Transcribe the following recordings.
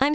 I'm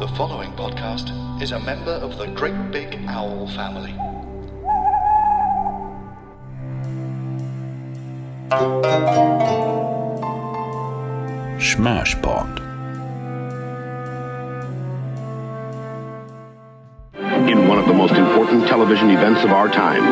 The following podcast is a member of the Great Big Owl family. Smashpot. in one of the most important television events of our time.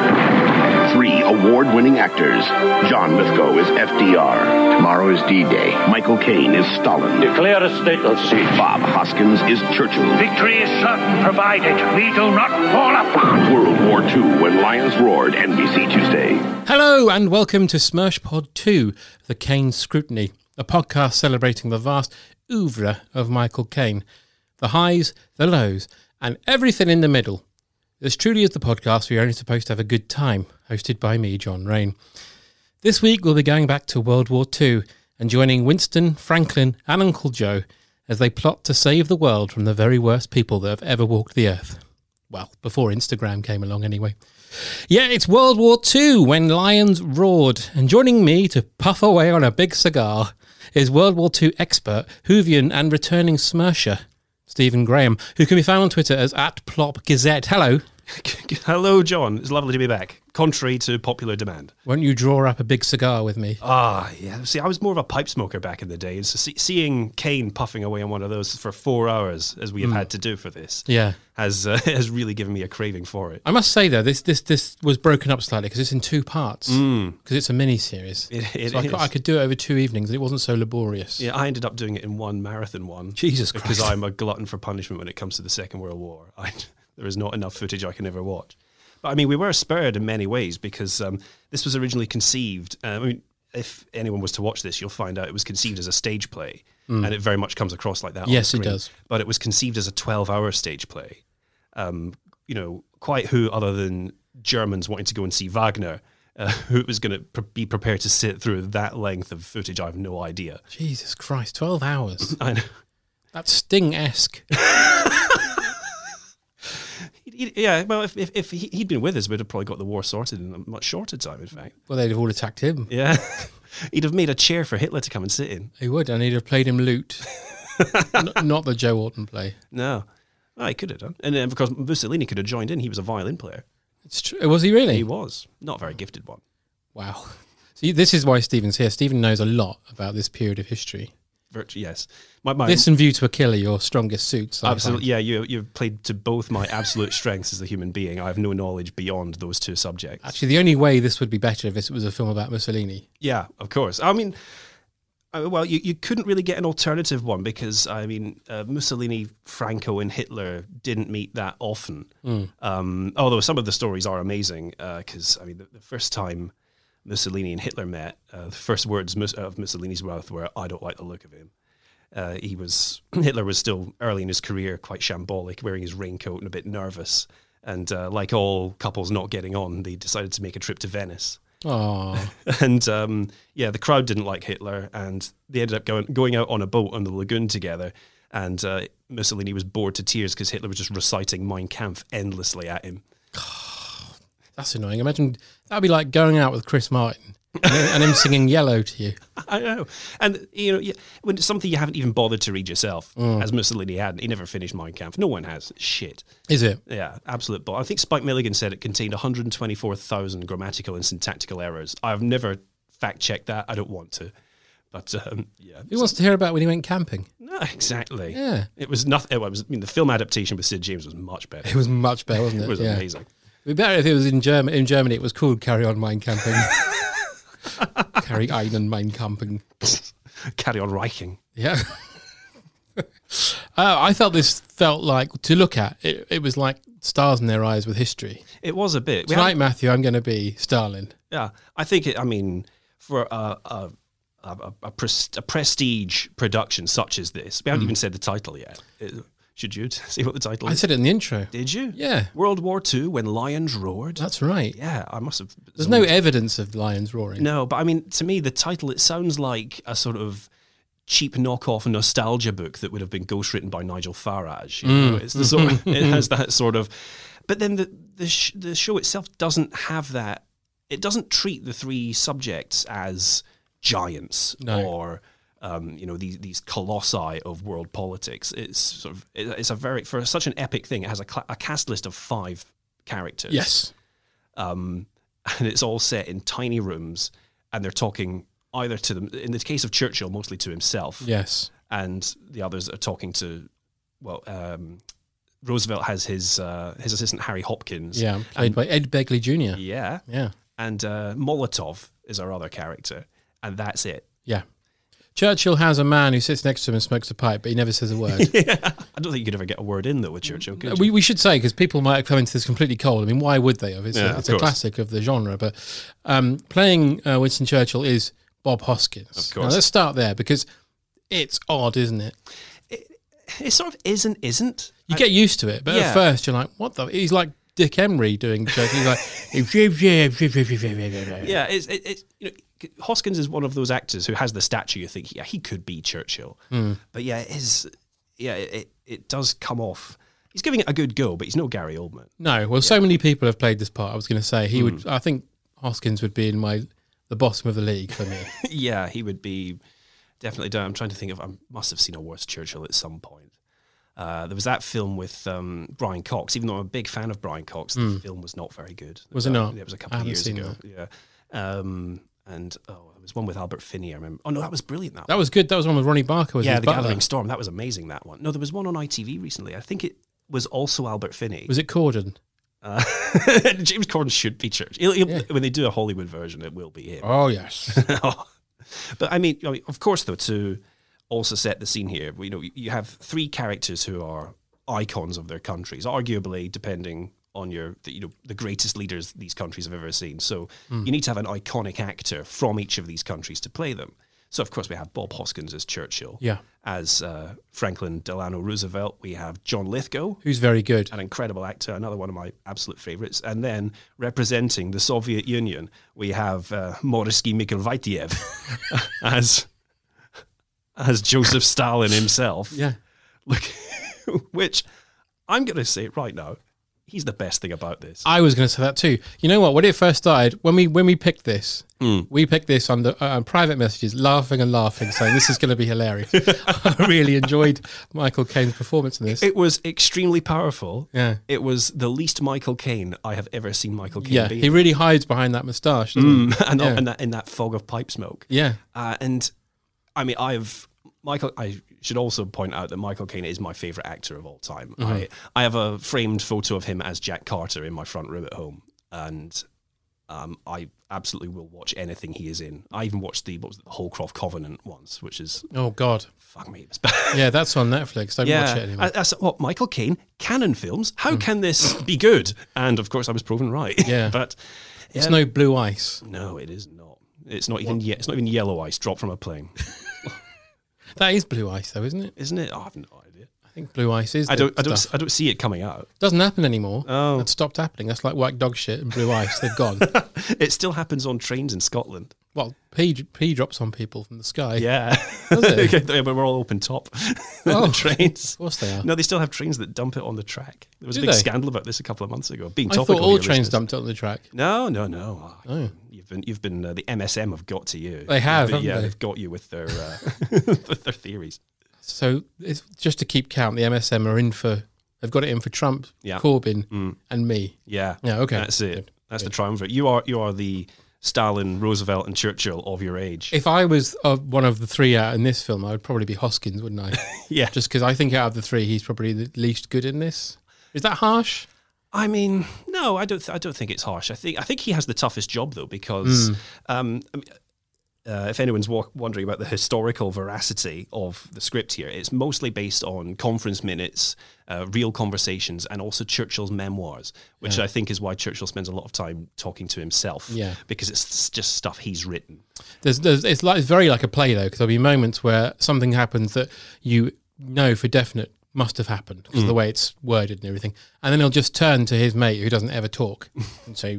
Three award winning actors. John Lithgow is FDR. Tomorrow is D Day. Michael Caine is Stalin. Declare a state of siege. Bob Hoskins is Churchill. Victory is certain provided we do not fall apart. World War II when lions roared. NBC Tuesday. Hello and welcome to Smirshpod 2, The Kane Scrutiny, a podcast celebrating the vast oeuvre of Michael Caine, the highs, the lows, and everything in the middle. This truly is the podcast where you're only supposed to have a good time, hosted by me, John Rain. This week we'll be going back to World War II and joining Winston, Franklin, and Uncle Joe as they plot to save the world from the very worst people that have ever walked the earth. Well, before Instagram came along, anyway. Yeah, it's World War II when lions roared, and joining me to puff away on a big cigar is World War II expert, Hoovian, and returning Smersher, Stephen Graham, who can be found on Twitter as at Plop Gazette. Hello. Hello, John. It's lovely to be back, contrary to popular demand. Won't you draw up a big cigar with me? Ah, yeah. See, I was more of a pipe smoker back in the day, and so see, seeing Kane puffing away on one of those for four hours, as we have had to do for this, Yeah. has uh, has really given me a craving for it. I must say though, this this this was broken up slightly because it's in two parts because it's a mini series. Mm. It- it so I, cou- is. I could do it over two evenings, and it wasn't so laborious. Yeah, I ended up doing it in one marathon one. Jesus because Christ. I'm a glutton for punishment when it comes to the Second World War. I, there is not enough footage I can ever watch. But I mean, we were spurred in many ways because um, this was originally conceived. Uh, I mean, if anyone was to watch this, you'll find out it was conceived as a stage play, and it very much comes across like that. on Mm. Yes, it the screen. does. But it was conceived as a 12-hour stage play. Um, you know, quite who other than Germans wanting to go and see Wagner. Uh, who was going to pre- be prepared to sit through that length of footage? I have no idea. Jesus Christ, twelve hours. I know. That's Sting esque. He'd- yeah, well, if, if, if he- he'd been with us, we'd have probably got the war sorted in a much shorter time, in fact. well, they'd have all attacked him. Yeah. he'd have made a chair for Hitler to come and sit in. They would, and he'd have played him lute, N- not the Joe Orton play. No. Well, he could have done. And then, of course, Mussolini could have joined in. He was a violin player. It's true. Was he really? He was. Not a very gifted one. Wow. See, this is why Stephen's here. Stephen knows a lot about this period of history. Virtu- yes. My, my, This and View to a Killer, your strongest suits. I find. absolute, yeah, you, you've played to both my absolute strengths as a human being. I have no knowledge beyond those two subjects. Actually, the only way this would be better if this was a film about Mussolini. Yeah, of course. I mean, I- well, you, you couldn't really get an alternative one because, I mean, uh, Mussolini, Franco, and Hitler didn't meet that often. Um, although some of the stories are amazing because, I mean, the, the first time Mussolini and Hitler met, uh, the first words Mus- of Mussolini's mouth were, I don't like the look of him. Uh, he was Hitler was still early in his career, quite shambolic, wearing his raincoat and a bit nervous. And uh, like all couples not getting on, they decided to make a trip to Venice Oh, and um, yeah, the crowd didn't like Hitler, and they ended up going going out on a boat on the lagoon together. And uh, Mussolini was bored to tears because Hitler was just reciting Mein Kampf endlessly at him. That's annoying. Imagine that'd be like going out with Chris Martin and, him- and him singing "Yellow" to you. I know, and you know, yeah, when it's something you haven't even bothered to read yourself, as Mussolini hadn't. He never finished Mein Kampf. No one has. Shit. Is it? Yeah, absolute. But I think Spike Milligan said it contained 124,000 grammatical and syntactical errors. I've never fact checked that. I don't want to. But um, yeah, Who wants to hear about when he went camping? no, exactly. Yeah. it was nothing. It was, I mean, the film adaptation with Sid James was much better. It was much better, wasn't it? It was Yeah. amazing. It'd be better if it was in Germany. In Germany, it was called Carry On Mein Camping. Carry Einen Mein Camping. Carry on Reiching. Yeah. uh, I felt this felt like to look at it. It was like stars in their eyes with history. It was a bit. We Tonight, had- Matthew, I'm going to be Stalin. yeah, I think. It, I mean, for a a, a, a, a, pres- a prestige production such as this, we haven't even said the title yet. It- should you see what the title Mm. I is? said it in the intro. Did you? Yeah. World War II when lions roared. That's right. yeah, I must have. There's no evidence of lions roaring. No, but I mean, to me, the title it sounds like a sort of cheap knockoff nostalgia book that would have been ghostwritten by Nigel Farage. You know? Mm. It's the sort Mm-hmm. it has that sort of. But then the the, sh- the show itself doesn't have that. It doesn't treat the three subjects as giants No. or. Um, you know these these colossi of world politics. It's sort of it- it's a very for such an epic thing. It has a, cla a cast list of five characters Yes. um, and it's all set in tiny rooms, and they're talking either to them. In the case of Churchill, mostly to himself, Yes. and the others are talking to. Well, um, Roosevelt has his uh, his assistant Harry Hopkins. Yeah. Played by Ed Begley Jr. Yeah. yeah, Yeah. and uh, Molotov is our other character, and that's it. Churchill has a man who sits next to him and smokes a pipe, but he never says a word. I don't think you could ever get a word in though with Churchill. Could you? we, we should say because people might have come into this completely cold. I mean, why would they have? It's, Yeah, a, of it's a course. classic of the genre. But um, playing uh, Winston Churchill is Bob Hoskins. Of Now, course. let's start there because it's odd, isn't it? It sort of is and isn't. You get used to it, but at Yeah. first you're like, "What the?" He's like Dick Emery doing Churchill. He's like, Yeah, it's, it, it's you know, Hoskins is one of those actors who has the stature. You think, yeah, he could be Churchill, Hmm. but yeah, it is yeah, it, it it does come off. He's giving it a good go, but he's no Gary Oldman. No, well, so many people have played this part. I was going to say he Hmm. would. I think Hoskins would be in my the bottom of the league for me. yeah, he would be definitely down. I'm trying to think of. I must have seen a worse Churchill at some point. Uh, there was that film with um, Brian Cox. Even though I'm a big fan of Brian Cox, the film was not very good. Hmm. Was it Uh, not? It was a I couple of haven't years seen ago. Yeah. Um, and oh, there was one with Albert Finney. I remember. Oh no, that was brilliant. That, that was good. That was one with Ronnie Barker. Was yeah, his the butler. Gathering Storm. That was amazing. That one. No, there was one on ITV recently. I think it was also Albert Finney. Was it Corden? Uh, James Corden should be Church. He'll- he'll- When they do a Hollywood version, it will be him. Oh yes. but I mean, I mean, of course, though, to also set the scene here, you know, you have three characters who are icons of their countries, arguably, depending on your, the, you know, the greatest leaders these countries have ever seen. So Hmm. you need to have an iconic actor from each of these countries to play them. So of course, we have Bob Hoskins as Churchill. yeah. as uh, Franklin Delano Roosevelt. We have John Lithgow, Who's very good. an incredible actor, another one of my absolute favorites. And then representing the Soviet Union, we have uh, Morisky Mikhailvaitiev as as Joseph Stalin himself. Yeah. Look, which I'm going to say it right now. He's the best thing about this. I was going to say that too. You know what? When it first started, when we when we picked this, Mm. we picked this on the uh, private messages, laughing and laughing, saying this is going to be hilarious. I really enjoyed Michael Caine's performance in this. It was extremely powerful. Yeah. It was the least Michael Caine I have ever seen Michael Caine yeah, be. he really hides behind that moustache. doesn't he? and, Yeah. and that in that fog of pipe smoke. Yeah, Uh, and I mean, I've Michael. I should also point out that Michael Caine is my favorite actor of all time. Mm-hmm. I I have a framed photo of him as Jack Carter in my front room at home, and um, I absolutely will watch anything he is in. I even watched the what was it, the Holcroft Covenant once, which is Oh God. fuck me, it's bad. Yeah, that's on Netflix. Don't watch it anymore. Mm. I, I said, what Michael Caine canon films? How can this be good? And of course, I was proven right. Yeah. but it's no blue ice. no, it is not. It's not even. Ye- it's not even yellow ice dropped from a plane, That is blue ice, though, isn't it? isn't it? I have no idea. I think blue ice is. I the don't, I don't, stuff. I don't see it coming out. Doesn't happen anymore. Oh. It stopped happening. That's like white dog shit and blue ice. They've gone. It still happens on trains in Scotland. well, pee, pee drops on people from the sky. Yeah, it? Okay, but we're all open top on Oh. the trains. Of course they are. No, they still have trains that dump it on the track. There was Do a big they? scandal about this a couple of months ago. Being I topical, thought all here, trains listeners. dumped it on the track. No, no, no. Oh, You've been, you've been. Uh, the MSM have got to you. They have, haven't But, yeah, they? have got you with their uh, with their theories. So it's just to keep count, the MSM are in for they've got it in for Trump, Yeah. Mm. Corbyn, and me. Yeah. Yeah, okay. That's it. Good, That's the triumvirate. You are you are the Stalin, Roosevelt, and Churchill of your age. If I was uh, one of the three out in this film, I would probably be Hoskins, wouldn't I? Yeah. Just because I think out of the three, he's probably the least good in this. Is that harsh? I mean, no, I don't. Th- I don't think it's harsh. I think I think he has the toughest job though, because um, I mean, uh, if anyone's wa- wondering about the historical veracity of the script here, it's mostly based on conference minutes, uh, real conversations, and also Churchill's memoirs, which I think is why Churchill spends a lot of time talking to himself. Yeah. because it's just stuff he's written. There's, there's it's like it's very like a play though, because there'll be moments where something happens that you know for definite must have happened because of the way it's worded and everything, and then he'll just turn to his mate who doesn't ever talk and say,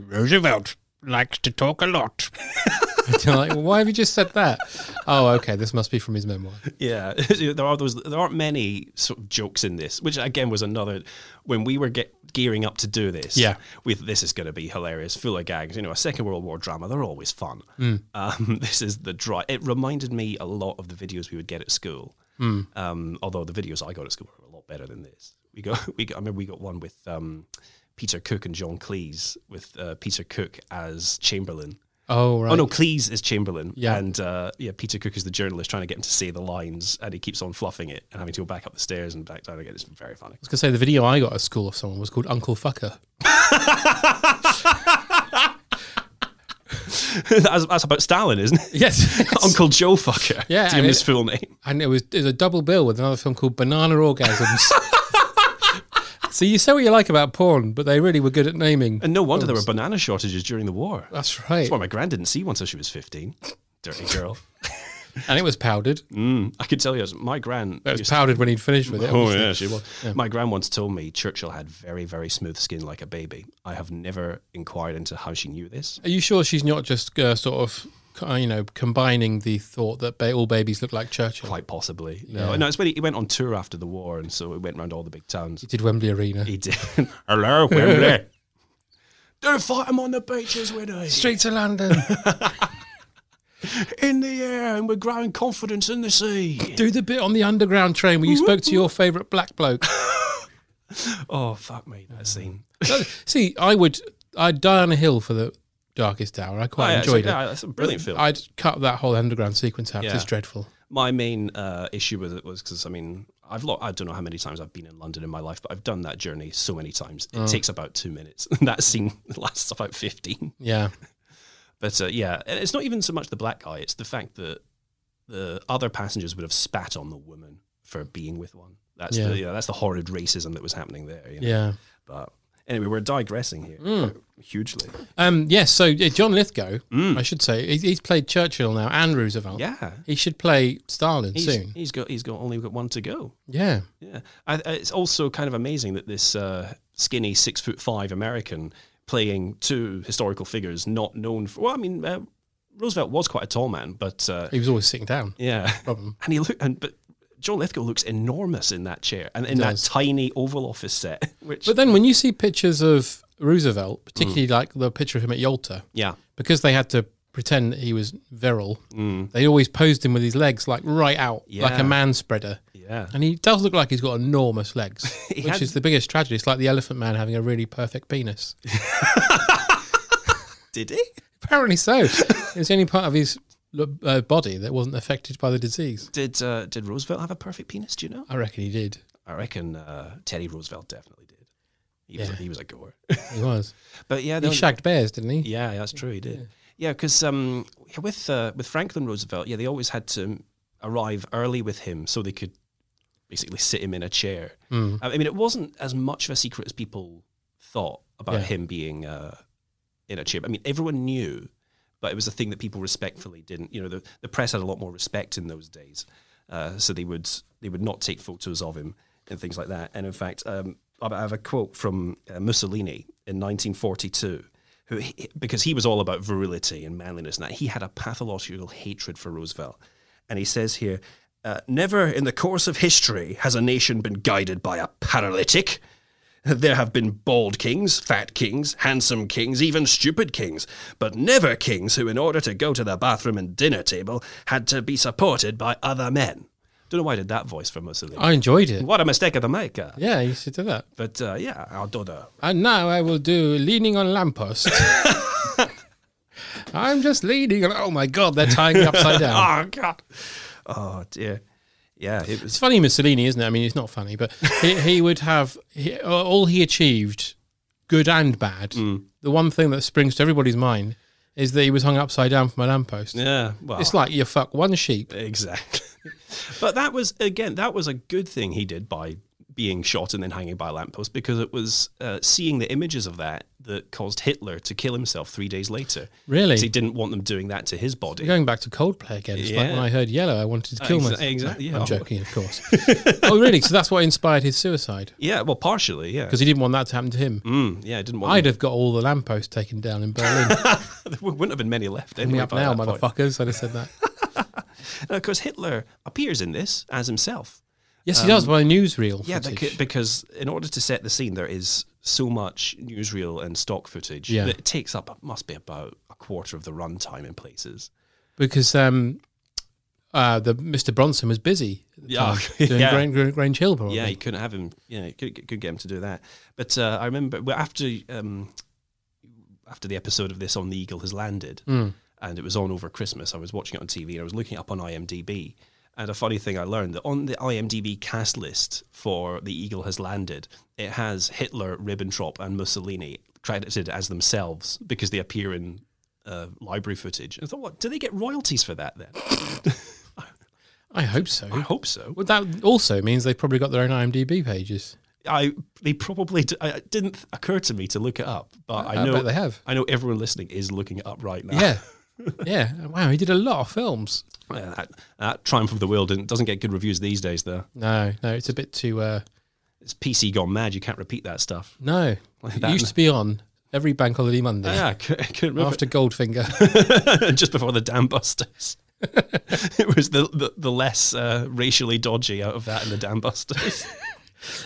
"Roosevelt likes to talk a lot." And you're like, well, why have you just said that? Oh, okay, this must be from his memoir. Yeah, there are those. There aren't many sort of jokes in this, which again was another when we were get, gearing up to do this. Yeah. with this is going to be hilarious, full of gags. You know, a Second World War drama. They're always fun. Um, this is the dry. It reminded me a lot of the videos we would get at school. Um, although the videos I got at school were a lot better than this. We got, we got. I remember we got one with um, Peter Cook and John Cleese, with uh, Peter Cook as Chamberlain. Oh right. Oh no, Cleese is Chamberlain, Yeah. and uh, yeah, Peter Cook is the journalist trying to get him to say the lines, and he keeps on fluffing it and having to go back up the stairs and back down again. It's very funny. I was gonna say the video I got at school of someone was called Uncle Fucker. that's, that's about Stalin, isn't it? Yes, Uncle Joe Fucker. Yeah, it's I mean- his full name. and it was, it was a double bill with another film called Banana Orgasms. so you say what you like about porn, but they really were good at naming. And no wonder there were banana shortages during the war. That's That's right, why my gran didn't see one until she was fifteen. Dirty girl. Hmm. and it was powdered. I could tell you, as my gran. It was used- powdered when he'd finished with it. Oh obviously. yeah, she was. My gran once told me Churchill had very, very smooth skin like a baby. I have never inquired into how she knew this. Are you sure she's not just uh, sort of, uh, you know, combining the thought that ba- all babies look like Churchill? Quite possibly. No, no. It's when he, he went on tour after the war, and so it went around all the big towns. He did Wembley Arena. He did. Hello, Wembley. Don't fight them on the beaches, Winnie. Streets of London. In the air, and we're growing confidence in the sea. Do the bit on the underground train where you spoke to your favourite black bloke. Oh fuck me, that scene. No, See, I would, I'd die on a hill for the Darkest Hour. I quite Oh, yeah, it's a- enjoyed it. yeah, it's a brilliant film. I'd cut that whole underground sequence out. 'cause It's Yeah. dreadful. My main uh, issue with it was because I mean, I've lo- I don't know how many times I've been in London in my life, but I've done that journey so many times. It takes about two minutes. that scene lasts about fifteen. Yeah, But uh, yeah, and it's not even so much the black guy; it's the fact that the other passengers would have spat on the woman for being with one. That's Yeah. the yeah, that's the horrid racism that was happening there. You know? yeah. Hmm. But anyway, we're digressing here quite hugely. Um, yes. So uh, John Lithgow, I should say, he, he's played Churchill now and Roosevelt. Mm. Yeah, He should play Stalin he's, Oh. soon. he's got he's got only got one to go. Yeah. Yeah, I, I- it's also kind of amazing that this uh, skinny six foot five American playing two historical figures not known for. Well, I mean, uh, Roosevelt was quite a tall man, but uh, He was always sitting down. Yeah. And he look and but John Lithgow looks enormous in that chair and in that does. tiny Oval Office set. Which But then when you see pictures of Roosevelt, Mm. particularly like the picture of him at Yalta, yeah, because they had to pretend that he was virile, they always posed him with his legs like right out, like Mm. Yeah. a man spreader. yeah, And he does look like he's got enormous legs, He which had- is the biggest tragedy. It's like the elephant man having a really perfect penis. did he? Apparently so. it's the only part of his lo- uh, body that wasn't affected by the disease. Did uh, did Roosevelt have a perfect penis? Do you know? I reckon he did. I reckon uh, Teddy Roosevelt definitely did. He was Yeah. he was a goer. He was. But yeah, he the- shagged bears, didn't he? Yeah, that's true. He did. Yeah, because um, with uh, with Franklin Roosevelt, yeah, they always had to arrive early with him so they could basically sit him in a chair. I mean, it wasn't as much of a secret as people thought about Yeah. him being uh, in a chair. I mean, everyone knew, but it was a thing that people respectfully didn't. You know, the, the press had a lot more respect in those days, uh, so they would they would not take photos of him and things like that. And in fact, um, I have a quote from uh, Mussolini in 1942. Who, he- because he was all about virility and manliness, and that he had a pathological hatred for Roosevelt. And he says here, uh, never in the course of history has a nation been guided by a paralytic. There have been bald kings, fat kings, handsome kings, even stupid kings, but never kings who, in order to go to the bathroom and dinner table, had to be supported by other men. Don't know why I did that voice for Mussolini. I enjoyed it. what a mistake of the maker. Yeah, he should do that. But uh, yeah, I'll do that. And now I will do leaning on lamppost. I'm just leading. And, oh my God, they're tying me upside down. oh God. Oh dear. Yeah, it It's was. funny, Mussolini, isn't it? I mean, it's not funny, but he, he would have he, uh, all he achieved, good and bad. The one thing that springs to everybody's mind is that he was hung upside down from a lamppost. Yeah, well, It's like you fuck one sheep. exactly. but that was again, that was a good thing he did by being shot and then hanging by a lamppost because it was uh, seeing the images of that that caused Hitler to kill himself three days later. Really? 'Cause he didn't want them doing that to his body. Going back to Coldplay again, it's like Yeah. when I heard Yellow, I wanted to kill Exa- myself. exactly, yeah. I'm joking, of course. oh, really? So that's what inspired his suicide Yeah, well, partially, yeah. because he didn't want that to happen to him. Mm, yeah, I didn't want. I'd them- have got all the lampposts taken down in Berlin. there wouldn't have been many left. Hit me Anyway, up by now, that point. motherfuckers. I'd have said that. Because Hitler appears in this as himself. Yes, he does by newsreel. Um, Yeah, Oh, footage. becau- because in order to set the scene, there is so much newsreel and stock footage Yeah. that it takes up must be about a quarter of the runtime in places. because um, uh, the Mr. Bronson was busy. at the Yeah, time, okay, doing yeah. Gran- Gran- Grange Hill, probably. Yeah, you couldn't have him. Yeah, you could, could get him to do that. But uh, I remember well, after um, after the episode of this on the Eagle has landed, and it was on over Christmas. I was watching it on TV and I was looking it up on IMDb. And a funny thing I learned that on the IMDb cast list for The Eagle Has Landed, it has Hitler, Ribbentrop, and Mussolini credited as themselves because they appear in uh, library footage. And I thought, what? Do they get royalties for that then? I hope so. I hope so. Well, that also means they've probably got their own IMDb pages. I they probably d- I, it didn't occur to me to look it up, but I, I know bet they have. I know everyone listening is looking it up right now. Yeah. yeah. Wow, he did a lot of films. Yeah, that, that Triumph of the Will didn't, doesn't get good reviews these days, though. No, no, it's a bit too. Uh, It's PC gone mad. You can't repeat that stuff. no. Like it that. used to be on every bank holiday Monday Yeah, Ah, I cou- I couldn't remember. after Goldfinger. just before the Dam Busters. it was the the, the less uh, racially dodgy out of that and the Dam Busters.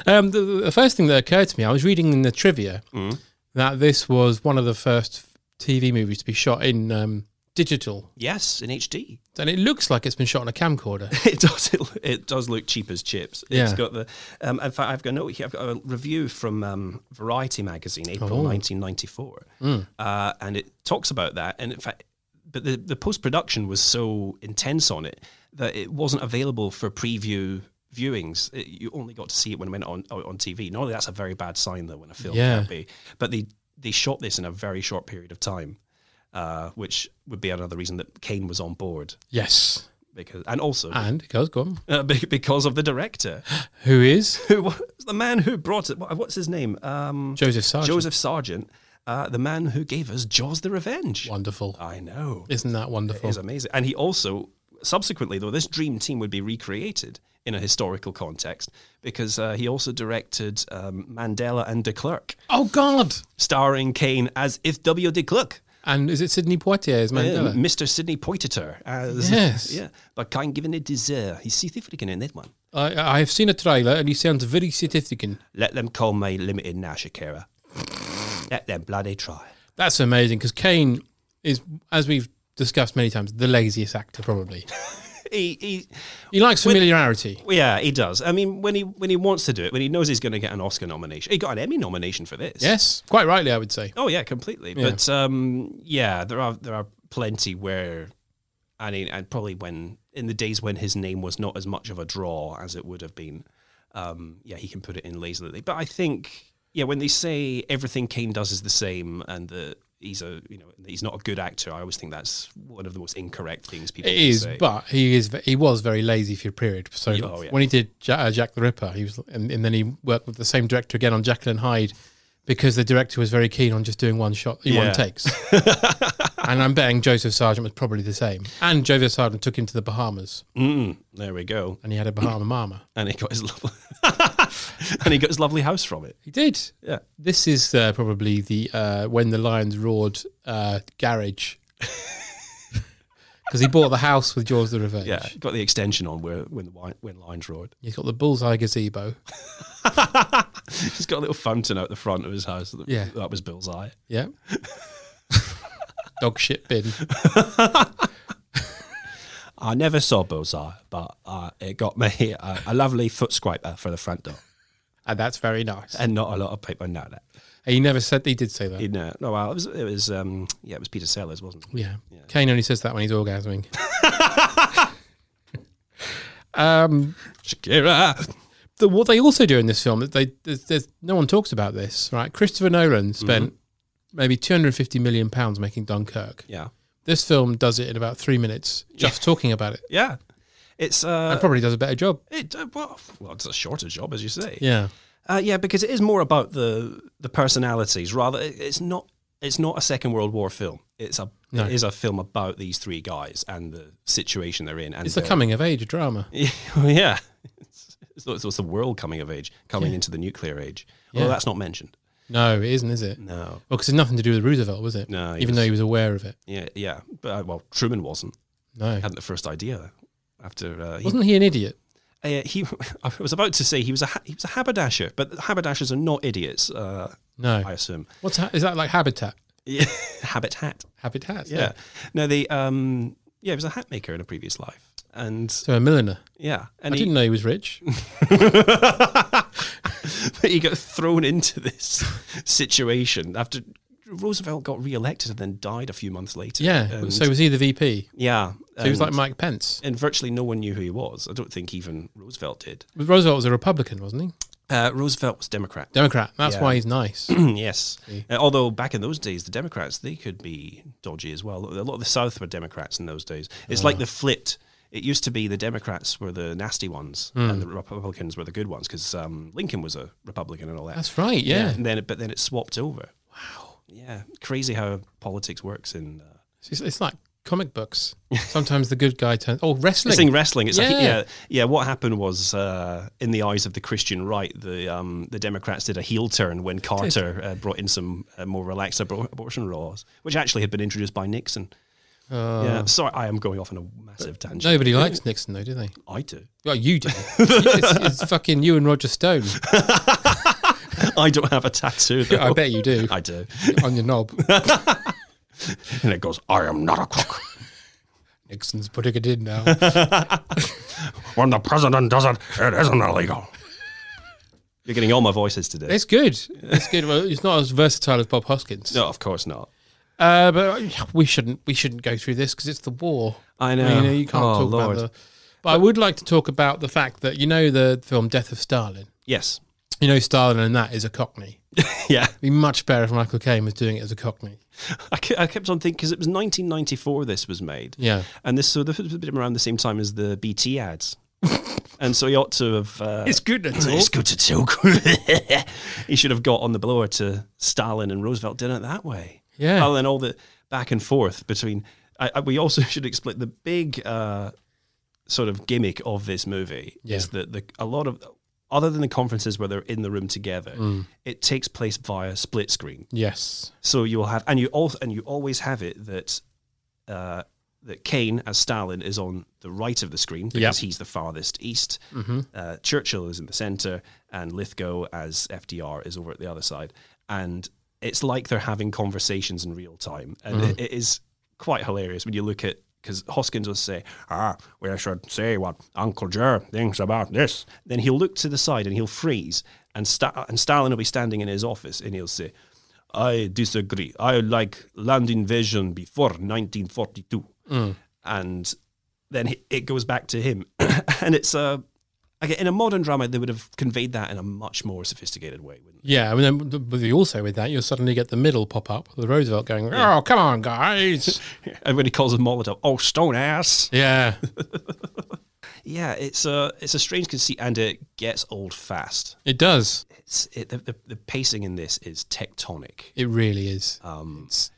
um, the, the first thing that occurred to me, I was reading in the trivia Mm. that this was one of the first TV movies to be shot in um, digital. yes, in HD. And it looks like it's been shot on a camcorder. It does. It, it does look cheap as chips. It's Yeah. got the. Um, in fact, I've got a note here. I've got a review from um, Variety magazine, April Oh. Hmm. 1994, uh, and it talks about that. And in fact, but the, the post production was so intense on it that it wasn't available for preview viewings. It, you only got to see it when it went on on TV. Normally, that's a very bad sign though when a film Yeah. can't be. But they they shot this in a very short period of time, uh, which would be another reason that Kane was on board Yes. because and also And goes, go on. uh, be- because of the director, Who is who was the man who brought it. what- What's his name? Um, Joseph Sargent? Joseph Sargent, uh, the man who gave us Jaws: The Revenge. Wonderful. I know Isn't that wonderful? it's amazing, and he also subsequently though this dream team would be recreated in a historical context because uh, he also directed um, Mandela and De Klerk, Oh God! starring Kane as if W. De Klerk. And is it Sidney Poitier as Yeah, Mandela? Mr. Sidney Poitier as Yes. yeah, but can't give it deserve. He's South African in that one. I, I have seen a trailer and he sounds very South African. Let them call me limited now, Shakira. Let them bloody try. That's amazing because Kane is, as we've discussed many times, the laziest actor probably. He, he, He likes familiarity. well, yeah, he does. I mean, when he when he wants to do it, when he knows he's going to get an Oscar nomination, he got an Emmy nomination for this. Yes, quite rightly, I would say. Oh yeah, completely. But um, yeah, there are there are plenty where, I mean, and probably when in the days when his name was not as much of a draw as it would have been, um, yeah, he can put it in lazily. But I think yeah, when they say everything Kane does is the same and that he's a you know he's not a good actor, I always think that's one of the most incorrect things people It can is, say. but he is ve- he was very lazy for a period. So Yeah, oh, yeah. when he did Ja- uh, Jack the Ripper, he was, and, and then he worked with the same director again on Jacqueline Hyde, because the director was very keen on just doing one shot, one Yeah. takes. and I'm betting Joseph Sargent was probably the same. And Joseph Sargent took him to the Bahamas, Mm, there we go. and he had a Bahama mama. And he got his lovely and he got his lovely house from it. He did. Yeah. This is uh, probably the uh, when the lions roared uh, garage, because he bought the house with Jaws the Revenge. Yeah, got the extension on where when the wi- when lines roared. He's got the bullseye gazebo. He's got a little fountain out the front of his house. Yeah. That was Bill's eye. Yeah. Dog shit bin. I never saw Bill's eye, but uh, it got me a, a lovely foot scraper for the front door And that's very nice. and not a lot of people know that. He never said he did say that. In, uh, no, well, it was, it was um, yeah, it was Peter Sellers, wasn't it? Yeah. Kane only says that when he's orgasming. um, Shakira. the, what they also do in this film, that they there's, there's, no one talks about this, right? Christopher Nolan spent Mm-hmm. maybe 250 million pounds making Dunkirk. Yeah, This film does it in about three minutes, just talking about it. yeah. It's uh, And probably does a better job. it, uh, well, well, it's a shorter job, as you say. Yeah. Uh, yeah, because it is more about the the personalities rather. it- It's not it's not a Second World War film. It's a No. it is a film about these three guys and the situation they're in. And uh, It's a their- coming of age drama. yeah. It's, it's, it's the world coming of age, coming Yeah. into the nuclear age. Yeah. Well, that's not mentioned. No, it isn't, is it? No. Well, because it's nothing to do with Roosevelt, was it? Mm. No, he Even was- though he was aware of it. Yeah, yeah. But uh, well, Truman wasn't. No. Hadn't the first idea after uh, he, Wasn't he an idiot? uh, he. I was about to say he was a ha- he was a haberdasher, but haberdashers are not idiots. Uh, No. I assume. What's ha- is that like habitat? Yeah. Habit hat. Habitat. Yeah. No, the um, yeah, he was a hat maker in a previous life, and So a milliner. yeah, and I he, didn't know he was rich. but he got thrown into this situation after Roosevelt got re-elected and then died a few months later. Yeah. And- so was he the VP? yeah, So he was like and- Mike Pence. and virtually no one knew who he was. I don't think even Roosevelt did. Roosevelt was a Republican, wasn't he? Uh, Roosevelt was Democrat. Democrat. That's Yeah. why he's nice. yes. Uh, although back in those days, the Democrats they could be dodgy as well. A lot of the South were Democrats in those days. It's Uh. like the flipped. It used to be the Democrats were the nasty ones, Hmm. and the Republicans were the good ones because um, Lincoln was a Republican and all that. That's right. Yeah. And then, it, but then it swapped over. Wow. Yeah. Crazy how politics works in. Uh, It's, it's like comic books. Sometimes the good guy turns. Oh, wrestling. it's in wrestling. It's like, Yeah. yeah, yeah. What happened was, uh, in the eyes of the Christian right, the um, the Democrats did a heel turn when Carter uh, brought in some uh, more relaxed abor- abortion laws, which actually had been introduced by Nixon. yeah, sorry, I am going off on a massive tangent. Oh. Nobody likes Nixon, though, do they? I do. Well, you do. it's, it's fucking you and Roger Stone. I don't have a tattoo. Though. I bet you do. I do. On your knob. And it goes, I am not a crook. Nixon's putting it in now. When the president does it, it isn't illegal. You're getting all my voices today. It's good. It's good. Well, it's not as versatile as Bob Hoskins. No, of course not. Uh, but we shouldn't we shouldn't go through this because it's the war. I You know. know, you can't Oh, talk Lord. about the. But I would like to talk about the fact that you know the film Death of Stalin. Yes. You know Stalin and that is a Cockney. It'd Yeah. be much better if Michael Caine was doing it as a Cockney. I ke- I kept on thinking because it was 1994 this was made. Yeah. And this so this was a bit around the same time as the BT ads. and so he ought to have. Uh, It's good to It's talk. good to talk. he should have got on the blower to Stalin and Roosevelt. Did it that way. Yeah. And then all the back and forth between. I, I, we also should explain the big uh, sort of gimmick of this movie is Yeah. that the, a lot of other than the conferences where they're in the room together, Mm. it takes place via split screen. Yes. So you'll have, and you also, and you always have it that uh, that Kane as Stalin is on the right of the screen because he's the farthest east. Uh, Churchill is in the center, and Lithgow as FDR is over at the other side. And it's like they're having conversations in real time, and it, it is quite hilarious when you look at. Because Hoskins will say, "Ah, we should say what Uncle Jer thinks about this." Then he'll look to the side and he'll freeze, and, Sta- and Stalin will be standing in his office and he'll say, I disagree. I like land invasion before 1942. And then he- it goes back to him. and it's a, again, in a modern drama, they would have conveyed that in a much more sophisticated way. Wouldn't Yeah. And then th- but also with that, you'll suddenly get the middle pop up, the Roosevelt going, "Oh, come on, guys." they? And when he calls him Molotov, oh, stone ass. yeah. Yeah, it's a, it's a strange conceit and it gets old fast. It does. It's, it, the, the, the pacing in this is tectonic. It really is. Um, It's-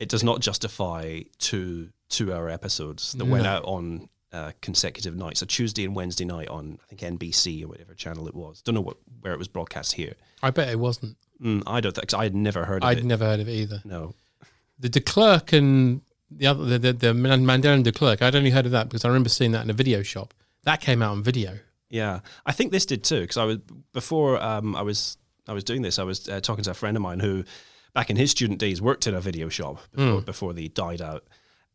it does not justify two two hour episodes that went out on uh, consecutive nights, so Tuesday and Wednesday night on I think NBC or whatever channel it was. Don't know what where it was broadcast here. I bet it wasn't. Mm, I don't think 'cause I had never heard of I'd it. never heard of it either. no, the De Klerk and the other the the, the Mandela and De Klerk. I'd only heard of that because I remember seeing that in a video shop. That came out on video. yeah, I think this did too because I was before um, I was I was doing this. I was uh, Hmm. talking to a friend of mine who, back in his student days, worked in a video shop before, before they died out.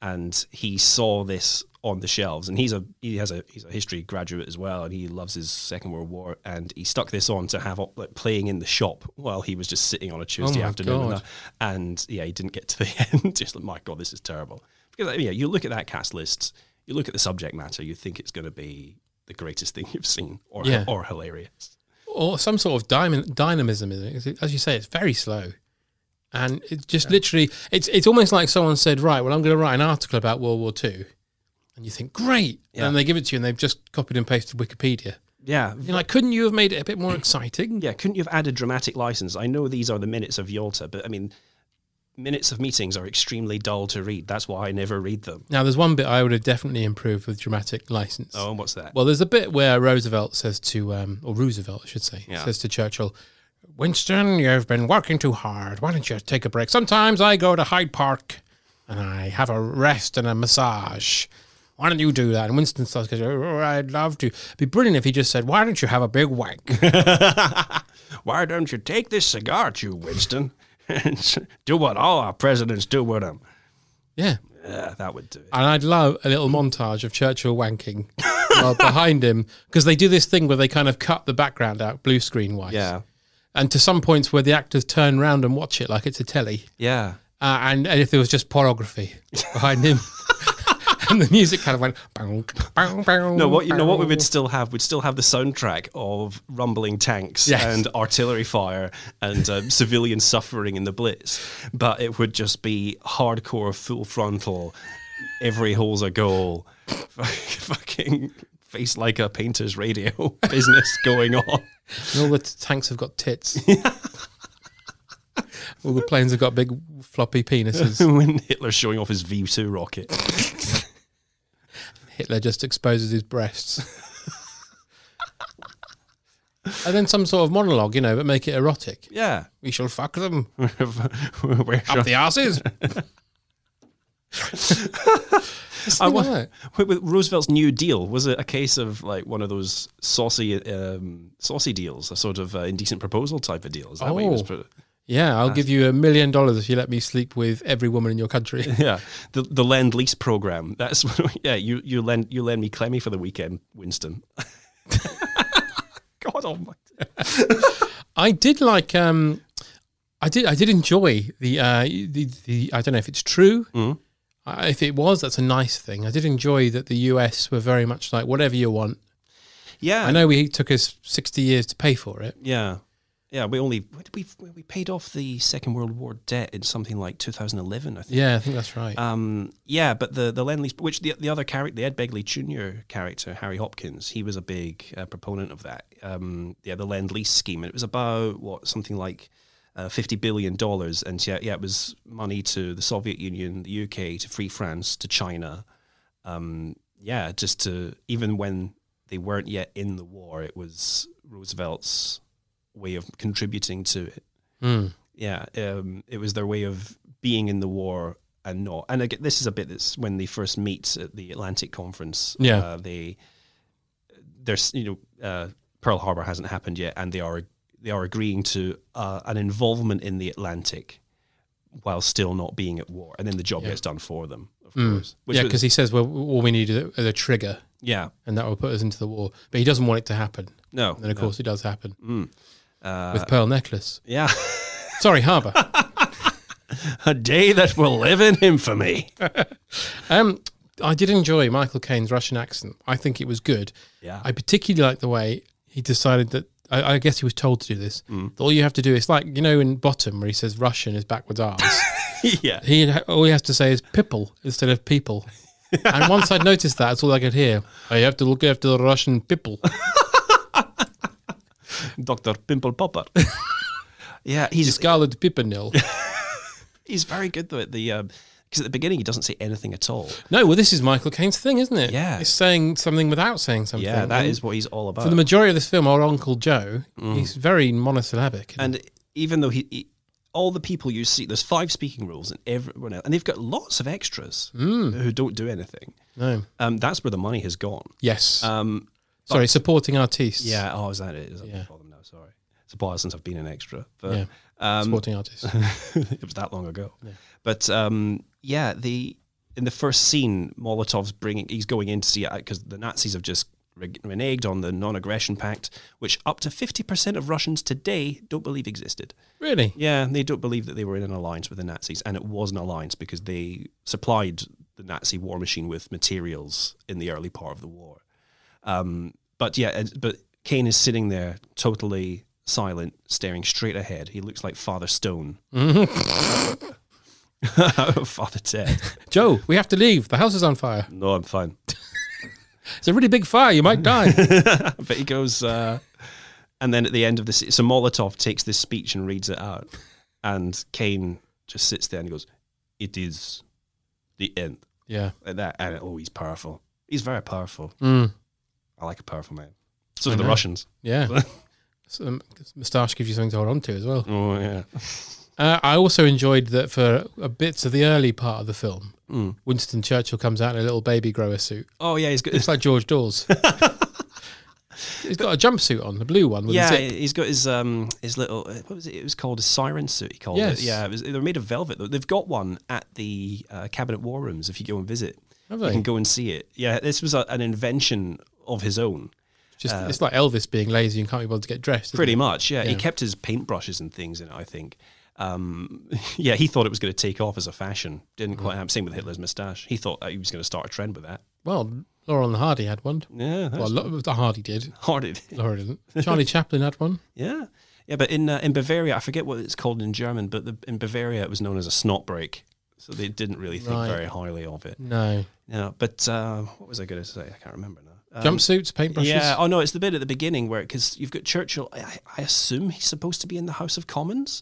and he saw this on the shelves. And he's a he has a he's a history graduate as well, and he loves his Second World War. And he stuck this on to have op- like playing in the shop while he was just sitting on a Tuesday Oh my afternoon. And, God. that- and yeah, he didn't get to the end. just like my God, this is terrible. Because like, yeah, you look at that cast list, you look at the subject matter, you think it's going to be the greatest thing you've seen, or Yeah. or hilarious. or some sort of dynam- dynamism in it. 'Cause it- As you say, it's very slow, and it just literally, it's it's almost like someone said, "Right, well, I'm going to write an article about World War Two. and you think, "Great," Yeah. and they give it to you, and they've just copied and pasted Wikipedia. Yeah, You're like, "Couldn't you have made it a bit more exciting?" Yeah, couldn't you have added dramatic license? I know these are the minutes of Yalta, but I mean, minutes of meetings are extremely dull to read. That's why I never read them. Now, there's one bit I would have definitely improved with dramatic license. Oh, and what's that? Well, there's a bit where Roosevelt says to, um, or Roosevelt, I should say, Yeah. says to Churchill, Winston, you've been working too hard. Why don't you take a break? Sometimes I go to Hyde Park and I have a rest and a massage. Why don't you do that? And Winston starts going, oh, I'd love to. It'd be brilliant if he just said, Why don't you have a big wank? why don't you take this cigar, you Winston? and do what all our presidents do with them. yeah. Yeah, that would do it. And I'd love a little montage of Churchill wanking while behind him because they do this thing where they kind of cut the background out blue screen wise. Yeah, And to some points where the actors turn round and watch it like it's a telly. yeah. uh, and, and if there was just pornography behind him, and the music kind of went bang, bang, bang. No, what you know, what we would still have, we'd still have the soundtrack of rumbling tanks Yes. and artillery fire and um, civilian suffering in the Blitz, but it would just be hardcore, full frontal, every hole's a goal, fucking face like a painter's radio business going on. And all the t- tanks have got tits. all the planes have got big floppy penises. when Hitler's showing off his V two rocket, Hitler just exposes his breasts. and then some sort of monologue, you know, but make it erotic. yeah, We shall fuck them Where shall- up the asses. I Something wa- like that. with, with Roosevelt's New Deal was it a case of like one of those saucy, um, saucy deals, a sort of uh, indecent proposal type of deal? Is that what he was Oh. put? Yeah, I'll give you a million dollars if you let me sleep with every woman in your country. Yeah, the the lend lease program. That's what, yeah. You you lend you lend me Clemmy for the weekend, Winston. God almighty. I did like um I did I did enjoy the uh the, the I don't know if it's true. Mm. Uh, if it was, that's a nice thing. I did enjoy that the US were very much like whatever you want. Yeah, I know we took us 60 years to pay for it. Yeah, yeah. We only we we paid off the Second World War debt in something like 2011, I think. Yeah, I think that's right. Um, yeah, but the the Lend Lease, which the the other character, the Ed Begley Jr. character, Harry Hopkins, he was a big uh, proponent of that. Um, yeah, the Lend Lease scheme, and it was about what something like uh, fifty billion dollars, and yeah, yeah, it was money to the Soviet Union, the UK, to Free France, to China. Um, yeah, just to even when they weren't yet in the war, it was Roosevelt's way of contributing to it Mm. yeah, um, it was their way of being in the war and not. And again, this is a bit that's when they first meet at the Atlantic Conference. Yeah. uh, they there's you know uh, Pearl Harbor hasn't happened yet, and they are they are agreeing to uh, an involvement in the Atlantic while still not being at war, and then the job Yeah. gets done for them, of Mm. course. yeah, was- because he says well, all we need is a, is a trigger yeah, and that will put us into the war. But he doesn't want it to happen. no, And then, of no. course, it does happen Mm. Uh, with Pearl Necklace. yeah, Sorry, Harbour. a day that will live in infamy. Um, I did enjoy Michael Caine's Russian accent. I think it was good. Yeah. I particularly like the way he decided that. I, I guess he was told to do this. Mm. that All you have to do is like you know in Bottom where he says Russian is backwards R's. yeah, he all he has to say is people instead of people. and once I'd noticed that, that's all I could hear. I have to look after the Russian people. Doctor Pimple Popper. yeah, The he's Scarlet Pimpernel. He's very good though at the because at the beginning he doesn't say anything at all. no, well, this is Michael Caine's thing, isn't it? Yeah. It's saying something without saying something. Yeah, that And is what he's all about. For the majority of this film, our Uncle Joe, he's very monosyllabic. isn't he? and even though he, he, all the people you see, there's five speaking rules and everyone else, and they've got lots of extras who don't do anything. Hmm. no. Um, that's where the money has gone. Yes. Um, Sorry, supporting artists. yeah. Oh, is that it? Is that Yeah. the problem now? Sorry, it's a while since I've been an extra, but Yeah. um, supporting artists. it was that long ago. But um, yeah, the in the first scene, Molotov's bringing he's going in to see it because the Nazis have just reg- reneged on the non-aggression pact, which up to fifty percent of Russians today don't believe existed. Really? Yeah, they don't believe that they were in an alliance with the Nazis, and it was an alliance because they supplied the Nazi war machine with materials in the early part of the war. Um, but yeah, and- but Kane is sitting there totally silent, staring straight ahead. He looks like Father Stone, Father Ted. Joe, we have to leave. The house is on fire. No, I'm fine. It's a really big fire. You might die. But he goes, uh, and then at the end of this, so Molotov takes this speech and reads it out, and Kane just sits there and goes, "It is the end." yeah. like that, and oh, he's powerful. He's very powerful. Mm. I like a powerful man. So I do the know. Russians. Yeah. So, um, moustache gives you something to hold on to as well. Oh yeah. Uh, I also enjoyed that for uh, bits of the early part of the film, Winston Churchill comes out in a little baby grower suit. Oh yeah, he's got. It's like George Dawes. He's got a jumpsuit on, a blue one with yeah, a zip. he's got his um his little uh, what was it? It was called a siren suit. He called Yes. it. Yeah, it was, they're made of velvet. though. They've got one at the uh, cabinet war rooms. If you go and visit, Have you they? can go and see it. Yeah, this was a, an invention of his own. Just, it's like Elvis being lazy and can't be bothered to get dressed. isn't Pretty it? much, yeah. He Yeah. kept his paintbrushes and things in it, I think. Um, yeah, he thought it was going to take off as a fashion. Didn't Mm. quite happen. Same with Hitler's moustache. He thought uh, he was going to start a trend with that. Well, Laurel and Hardy had one. Yeah, Well, that's Lo- Hardy did. hard. It, Laura didn't. Charlie Chaplin had one. yeah, yeah. But in uh, in Bavaria, I forget what it's called in German, but the, in Bavaria it was known as a snot break, so they didn't really think Right. very highly of it. No. Yeah, but uh, what was I going to say? I can't remember now. Um, Jumpsuits, paintbrushes. Yeah. Oh no, it's the bit at the beginning where because you've got Churchill. I, I assume he's supposed to be in the House of Commons.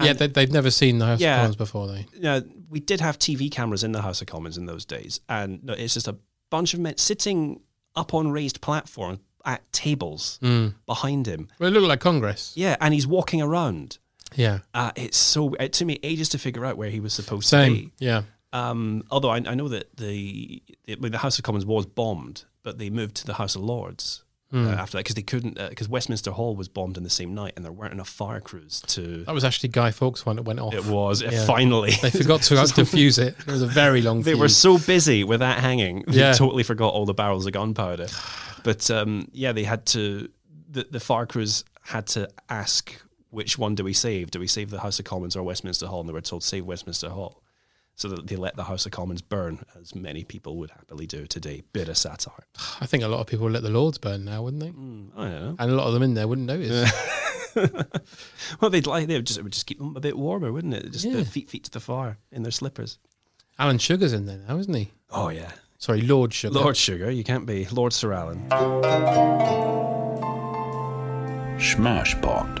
yeah, they, they've never seen the House Yeah. of Commons before, they. know, we did have TV cameras in the House of Commons in those days, and no, it's just a bunch of men sitting up on raised platforms at tables Hmm. behind him. Well, it looked like Congress. Yeah, and he's walking around. Yeah. Uh, it's so it took me ages to figure out where he was supposed to Same. be. Yeah. Um, although I, I know that the it, well, the House of Commons was bombed, but they moved to the House of Lords Hmm. uh, after that because they couldn't because Westminster Hall was bombed in the same night, and there weren't enough fire crews to. That was actually Guy Fawkes' one that went off. It was Oh. uh, Yeah. finally They forgot to defuse it. It was a very long They were fuse. so busy with that hanging, they Yeah. totally forgot all the barrels of gunpowder. But um, yeah, they had to. The, the fire crews had to ask which one do we save? Do we save the House of Commons or Westminster Hall? And they were told save Westminster Hall. So that they let the House of Commons burn, as many people would happily do today. Bitter satire. I think a lot of people would let the Lords burn now, wouldn't they? Hmm, I don't know. And a lot of them in there wouldn't notice. Well, they'd like they would just it would just keep them a bit warmer, wouldn't it? Just their feet feet to the fire in their slippers. Alan Sugar's in there now, isn't he? Oh yeah, Sorry, Lord Sugar. Lord Sugar, you can't be Lord Sir Alan. Smashpot.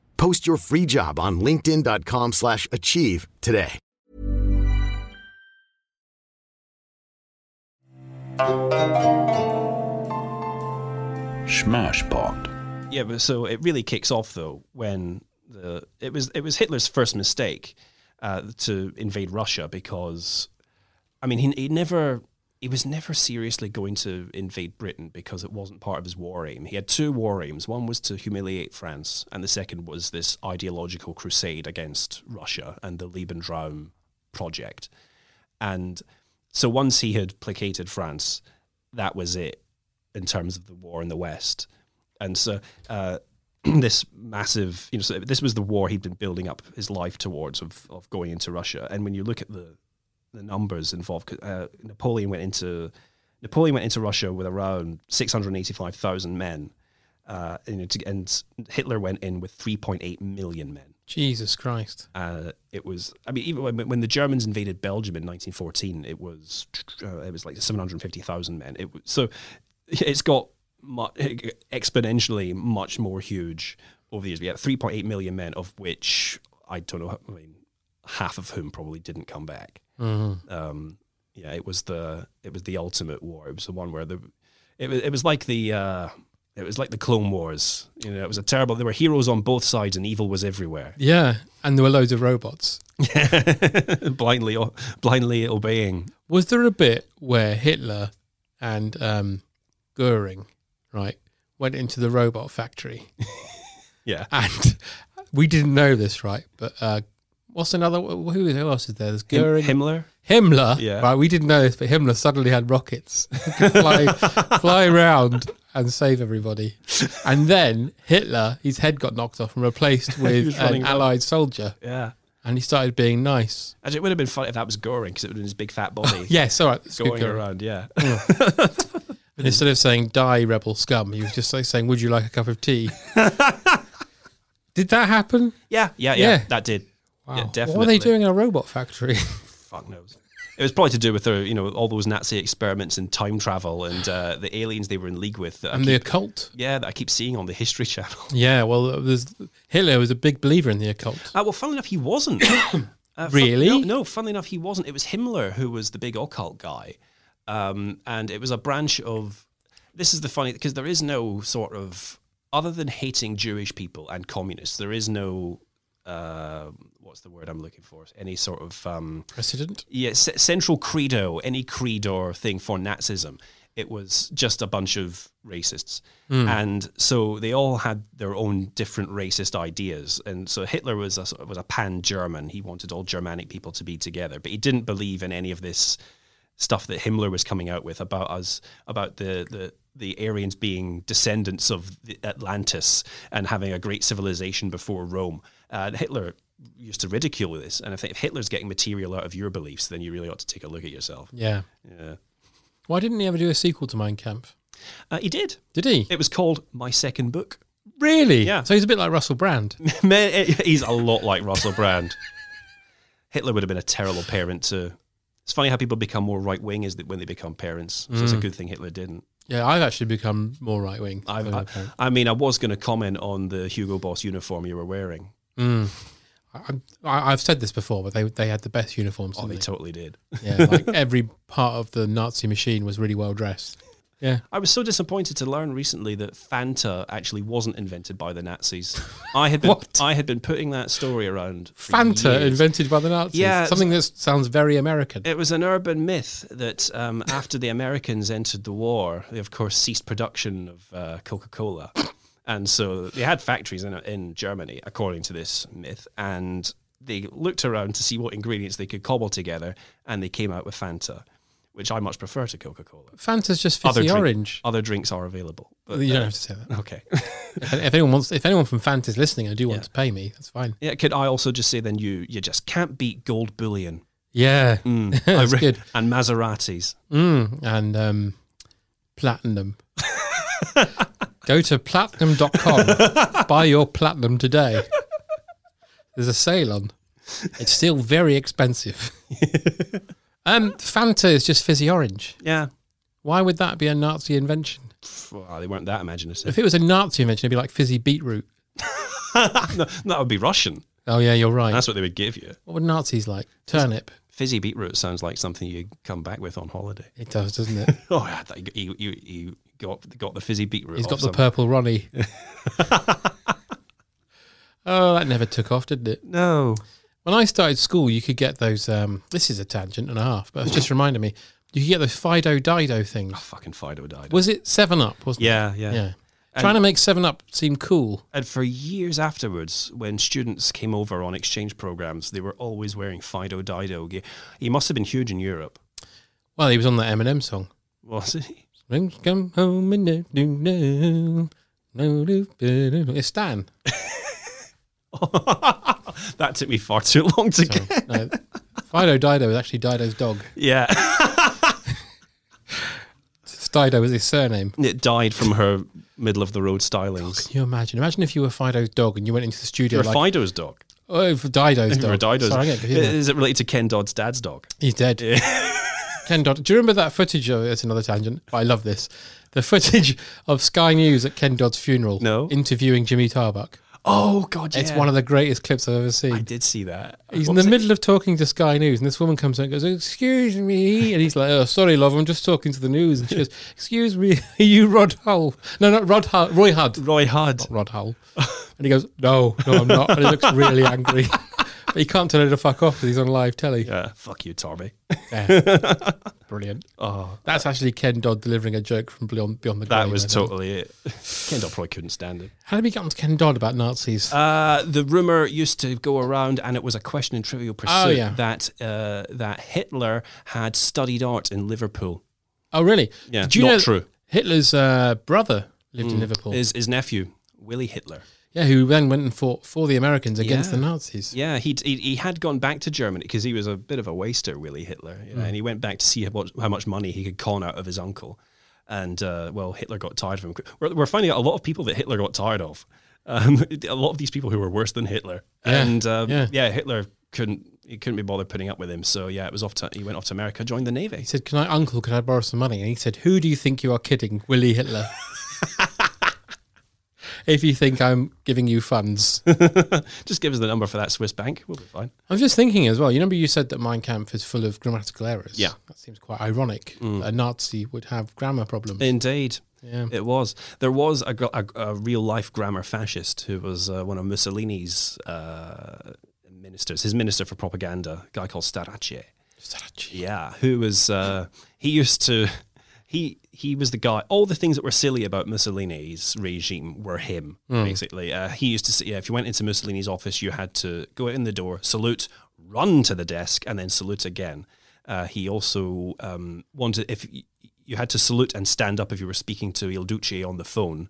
Post your free job on linkedin.com/achieve slash achieve today. Smashpot. Yeah, but so it really kicks off though when the it was it was Hitler's first mistake uh, to invade Russia because I mean, he, he never, he was never seriously going to invade Britain because it wasn't part of his war aim. He had two war aims. One was to humiliate France, and the second was this ideological crusade against Russia and the Lebensraum project. And so once he had placated France, that was it in terms of the war in the West. And so uh, this massive, you know, so this was the war he'd been building up his life towards of, of going into Russia. And when you look at the the numbers involved, 'cause, uh, Napoleon went into Napoleon went into Russia with around six hundred eighty five thousand men, uh, you know, to, and Hitler went in with three point eight million men. Jesus Christ. Uh, it was, I mean, even when, when the Germans invaded Belgium in 1914, it was uh, it was like 750,000 men. It was, so it's got mu- exponentially much more huge over the years. We had 3.8 million men, of which I don't know. I mean, half of whom probably didn't come back. Um, yeah, it was the it was the ultimate war. It was the one where the it was it was like the. Uh, it was like the Clone Wars. You know, it was a terrible. There were heroes on both sides, and evil was everywhere. Yeah, and there were loads of robots. blindly blindly obeying. Was there a bit where Hitler and um, Goering, right, went into the robot factory? Yeah. And we didn't know this, right? But uh, what's another? Who, who else is there? There's Him- Goering. Himmler. Himmler, Yeah. right? We didn't know this, but Himmler suddenly had rockets, could fly, fly around and save everybody. And then Hitler, his head got knocked off and replaced with was an running around. Allied soldier, Yeah. and he started being nice. Actually, it would have been fun if that was Goring because it would have been his big fat body Yes, Mm. all right, going around. Yeah. And instead of saying "die, rebel scum," he was just like saying, "Would you like a cup of tea?" Did that happen? yeah. Yeah. Yeah. Yeah. That did. Wow. Yeah, definitely. What are they doing in a robot factory? Fuck knows. It was probably to do with their, you know, all those Nazi experiments and time travel and uh, the aliens they were in league with. That I and the keep, occult. yeah, that I keep seeing on the History Channel. Yeah, well, uh, there's, Hitler was a big believer in the occult. Uh, well, funnily enough, he wasn't. Uh, fun- Really? no, no, funnily enough, he wasn't. It was Himmler who was the big occult guy. Um, and it was a branch of. This is the funny, because there is no sort of. Other than hating Jewish people and communists, there is no. Uh, what's the word I'm looking for? Any sort of. Um, President. yeah, c- central credo, any creed or thing for Nazism. It was just a bunch of racists. And so they all had their own different racist ideas. And so Hitler was a, sort of- was a pan German. He wanted all Germanic people to be together, but he didn't believe in any of this stuff that Himmler was coming out with about us, about the, the, the Aryans being descendants of the Atlantis and having a great civilization before Rome. Uh, and Hitler used to ridicule this. And I think if Hitler's getting material out of your beliefs, then you really ought to take a look at yourself. Yeah. Yeah. Why didn't he ever do a sequel to Mein Kampf? Uh, he did. Did he? It was called My Second Book. Really? Yeah. So he's a bit like Russell Brand. Man, eh, he's a lot like Russell Brand. Hitler would have been a terrible parent to. It's funny how people become more right wing is that when they become parents. So it's a good thing Hitler didn't. Yeah, I've actually become more uh, right wing. I, I, I mean, I was going to comment on the Hugo Boss uniform you were wearing. I've said this before, but they they had the best uniforms. Oh, didn't they they? totally did. yeah, like every part of the Nazi machine was really well dressed. Yeah, I was so disappointed to learn recently that Fanta actually wasn't invented by the Nazis. I had been What? I had been putting that story around. for Fanta years. invented by the Nazis. Yeah, something that sounds very American. It was an urban myth that um, after the Americans entered the war, they of course ceased production of uh, Coca Cola, and so they had factories in in Germany, according to this myth, and they looked around to see what ingredients they could cobble together, and they came out with Fanta, which I much prefer to Coca Cola. Fanta's just fizzy drink- orange. other drinks are available. But, you don't uh, have to say that. Okay. If, if anyone wants, if anyone from Fanta's listening, I do want to pay me. That's fine. yeah. Could I also just say then you you just can't beat gold bullion Yeah, Mm. that's good. and Maseratis. Mm, and um, platinum. Go to platinum.com. buy your platinum today. There's a sale on. It's still very expensive. um, Fanta is just fizzy orange. Yeah. Why would that be a Nazi invention? Well, they weren't that imaginative. If it was a Nazi invention, it'd be like fizzy beetroot. no, that would be Russian. Oh yeah, you're right. That's what they would give you. what would Nazis like? Turnip. Fizzy beetroot sounds like something you come back with on holiday. It does, doesn't it? Oh, yeah, that- you, you, you got got the fizzy beetroot. He's off got the some- purple Ronnie. oh, that never took off, did it? No. When I started school, you could get those. Um, this is a tangent and a half, but it's just reminded me. You could get those Fido Dido things. Oh, Fucking Fido died. Was it Seven Up? Wasn't yeah, it? yeah, Yeah. Trying to make Seven Up seem cool. And for years afterwards, when students came over on exchange programs, they were always wearing Fido Dido gear. He must have been huge in Europe, Well, he was on that Eminem song. was he? Things come home and no, no, no, no, no, no, no. It's Stan. that took me far too long to get. No, Fido Dido is actually Dido's dog. Yeah, It's Dido is his surname. it died from her middle of the road stylings. Can you imagine? Imagine if you were Fido's dog and you went into the studio You're like, a Fido's dog. oh, for Dido's You're a dog. Dido's. Sorry, I get confused now. Is it related to Ken Dodd's dad's dog? He's dead. Ken Dodd. Do you remember that footage of it's another tangent, but I love this. The footage of Sky News at Ken Dodd's funeral No. interviewing Jimmy Tarbuck. Oh God, It's one of the greatest clips I've ever seen. I did see that. He's What in was the it? middle of talking to Sky News, and this woman comes out and goes, Excuse me. And he's like, Oh, sorry, love, I'm just talking to the news. And she goes, Excuse me, are you Rod Hull? No, not Rod Hull, Roy Hudd. Roy Hudd. Rod Hull. And he goes, No, no, I'm not. And he looks really angry. but he can't tell her to fuck off because he's on live telly. Uh, fuck you, Tommy. Brilliant. Oh, That's actually Ken Dodd delivering a joke from Beyond, beyond the That Grave, was I think. totally it. Ken Dodd probably couldn't stand it. How did we get on to Ken Dodd about Nazis? Uh, the rumor used to go around, and it was a question in Trivial Pursuit Oh, yeah. that uh, that Hitler had studied art in Liverpool. oh, really? yeah, Did you not know true. Hitler's uh, brother lived in Liverpool. Mm. His, his nephew Willie Hitler. Yeah, who then went and fought for the Americans against Yeah. the Nazis. Yeah, he he he had gone back to Germany because he was a bit of a waster, Willie Hitler, you Mm. know, and he went back to see how much, how much money he could con out of his uncle. And uh, well, Hitler got tired of him. We're, we're finding out a lot of people that Hitler got tired of. Um, a lot of these people who were worse than Hitler, Yeah, and um, yeah. yeah. Hitler couldn't he couldn't be bothered putting up with him. So yeah, it was off. To, he went off to America, joined the navy. He said, Can I, Uncle, can I borrow some money? And he said, Who do you think you are kidding? Willie Hitler. if you think I'm giving you funds. Just give us the number for that Swiss bank. We'll be fine. I'm just thinking as well, you remember you said that Mein Kampf is full of grammatical errors? Yeah. Mm. That seems quite ironic. that A Nazi would have grammar problems. Indeed. Yeah. It was. There was a, gr- a, a real life grammar fascist who was uh, one of Mussolini's uh, ministers, his minister for propaganda, a guy called Starace. Yeah, who was uh, he used to he he was the guy. All the things that were silly about Mussolini's regime were him basically. Uh, he used to say, yeah, if you went into Mussolini's office, you had to go in the door, salute, run to the desk, and then salute again. Uh, he also um, wanted if y- you had to salute and stand up if you were speaking to Il Duce on the phone.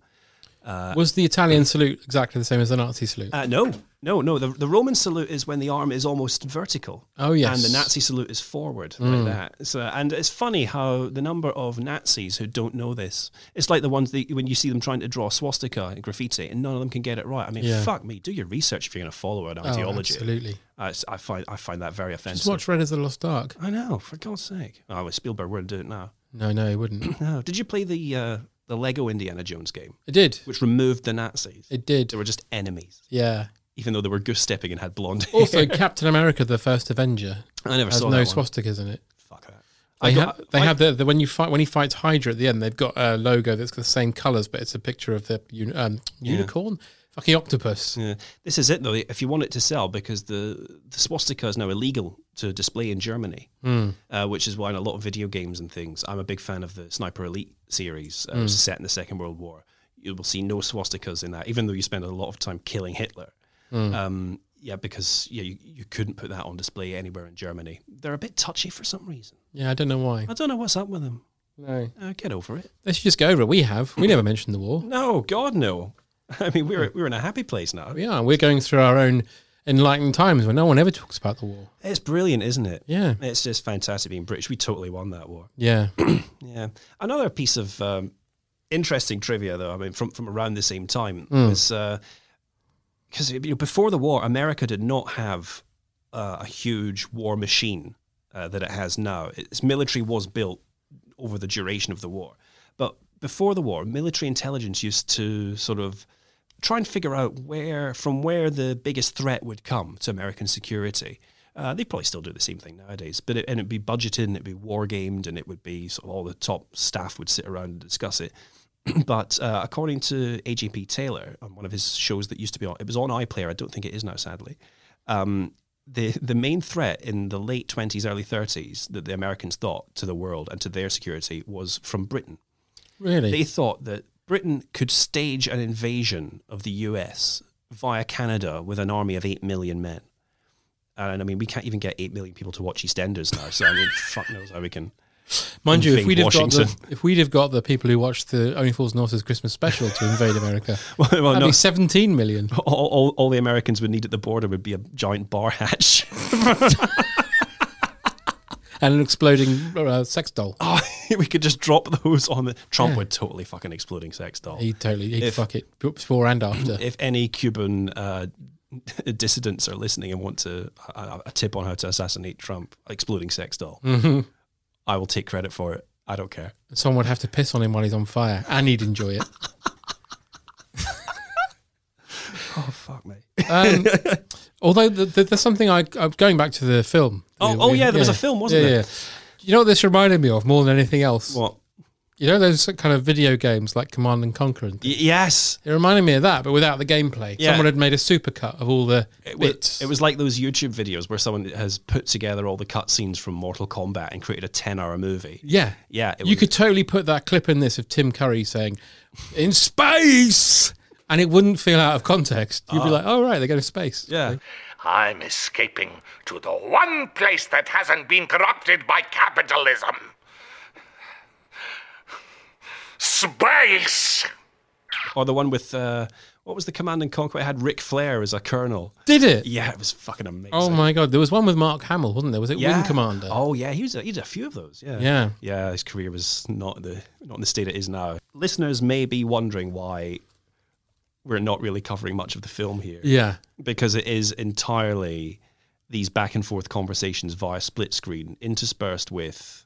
was the Italian salute exactly the same as the Nazi salute? Uh, no, no, no. The, the Roman salute is when the arm is almost vertical. Oh, yes. Mm. And the Nazi salute is forward like that. So, and it's funny how the number of Nazis who don't know this, it's like the ones that when you see them trying to draw a swastika in graffiti and none of them can get it right. I mean, Yeah. fuck me. Do your research if you're going to follow an Oh, ideology. absolutely. Uh, it's- I find I find that very offensive. Just watch Red as the Lost Ark. I know. For God's sake. Oh, well, Spielberg wouldn't do it now. No, no, it wouldn't. No. Did you play the uh, the Lego Indiana Jones game, it did. which removed the Nazis? It did. They were just enemies, Yeah. even though they were goose stepping and had blonde hair. Also, Captain America, the first Avenger, I never has saw no that one. swastikas in it. Fuck that. I They, got- have, they I- have the, the when you fight when he fights Hydra at the end, they've got a logo that's the same colours, but it's a picture of the uni- um, unicorn, fucking octopus. Yeah. This is it though. If you want it to sell, because the the swastika is now illegal to display in Germany, Hmm. uh, which is why in a lot of video games and things, I'm a big fan of the Sniper Elite series, Hmm. uh, which is set in the Second World War. You will see no swastikas in that, even though you spend a lot of time killing Hitler. Hmm. Um, yeah, because yeah, you, you couldn't put that on display anywhere in Germany. They're a bit touchy for some reason. Yeah, I don't know why. I don't know what's up with them. No, Uh, get over it. they should just go over it. We have we never mentioned the war. No, God no. I mean, we're we're in a happy place now. We are. We're going through our own enlightened times where no one ever talks about the war. It's brilliant, isn't it? Yeah, It's just fantastic being British. We totally won that war. yeah. Yeah. Another piece of um, interesting trivia, though. I mean, from from around the same time is because you know, before the war, America did not have uh, a huge war machine uh, that it has now. Its military was built over the duration of the war, but before the war, military intelligence used to sort of try and figure out where from where the biggest threat would come to American security. Uh, they probably still do the same thing nowadays, but it, and it'd be budgeted and it'd be war gamed and it would be sort of all the top staff would sit around and discuss it. but uh, according to AJP Taylor on one of his shows that used to be on, it was on iPlayer. I don't think it is now, sadly. Um, the the main threat in the late twenties, early thirties that the Americans thought to the world and to their security was from Britain. Really? They thought that Britain could stage an invasion of the US via Canada with an army of 8 million men. And I mean, we can't even get 8 million people to watch EastEnders now. So I mean, fuck knows how we can. Mind you, if invade we'd, have got the, Washington. if we'd have got the people who watched the Only Fools and Horses Christmas special to invade America, Well, well, that'd Oh, no, be 17 million. all, all, all the Americans would need at the border would be a giant bar hatch. And an exploding uh, sex doll. oh, we could just drop those on the. Trump would totally fucking exploding sex doll. He'd totally, he'd If- fuck it before and after. if any Cuban uh, dissidents are listening and want to uh, a, a tip on how to assassinate Trump, exploding sex doll, I will take credit for it. I don't care. Someone would have to piss on him while he's on fire, and he'd enjoy it. Oh fuck me! Um, although the, the, there's something I, I'm going back to the film. Oh, oh yeah, there was a film, wasn't yeah, there? Yeah. You know what this reminded me of more than anything else? What? You know those kind of video games like Command and Conquer and Y- yes, It reminded me of that, but without the gameplay. Yeah. Someone had made a supercut of all the it was, bits. it was like those YouTube videos where someone has put together all the cutscenes from Mortal Kombat and created a ten-hour movie. yeah, Yeah, it you was- could totally put that clip in this of Tim Curry saying, "In space," and it wouldn't feel out of context. You'd be like, "Oh right, they go to space." Uh-huh. Yeah, I'm escaping to the one place that hasn't been corrupted by capitalism space! or the one with uh, what was the Command and Conquer? It had Ric Flair as a colonel. Did it? Yeah, it was fucking amazing. Oh my god, there was one with Mark Hamill, wasn't there? Was it Wing Commander? Oh yeah, he was. A, he did a few of those. Yeah. Yeah. Yeah. His career was not the not in the state it is now. Listeners may be wondering why we're not really covering much of the film here Yeah. because it is entirely these back and forth conversations via split screen, interspersed with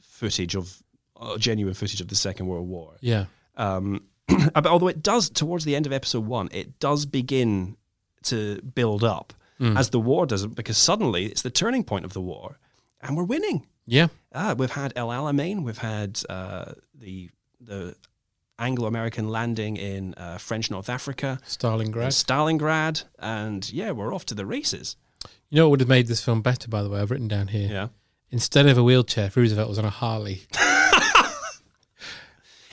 footage of uh, genuine footage of the Second World War. Yeah. Um, but although it does, towards the end of episode one, it does begin to build up Mm. as the war does, because suddenly it's the turning point of the war and we're winning. Yeah. Ah, we've had El Alamein, we've had uh, the the Anglo American landing in uh, French North Africa, and Stalingrad. Stalingrad, and yeah, we're off to the races. You know what would have made this film better, by the way? I've written down here. Yeah. Instead of a wheelchair, Roosevelt was on a Harley.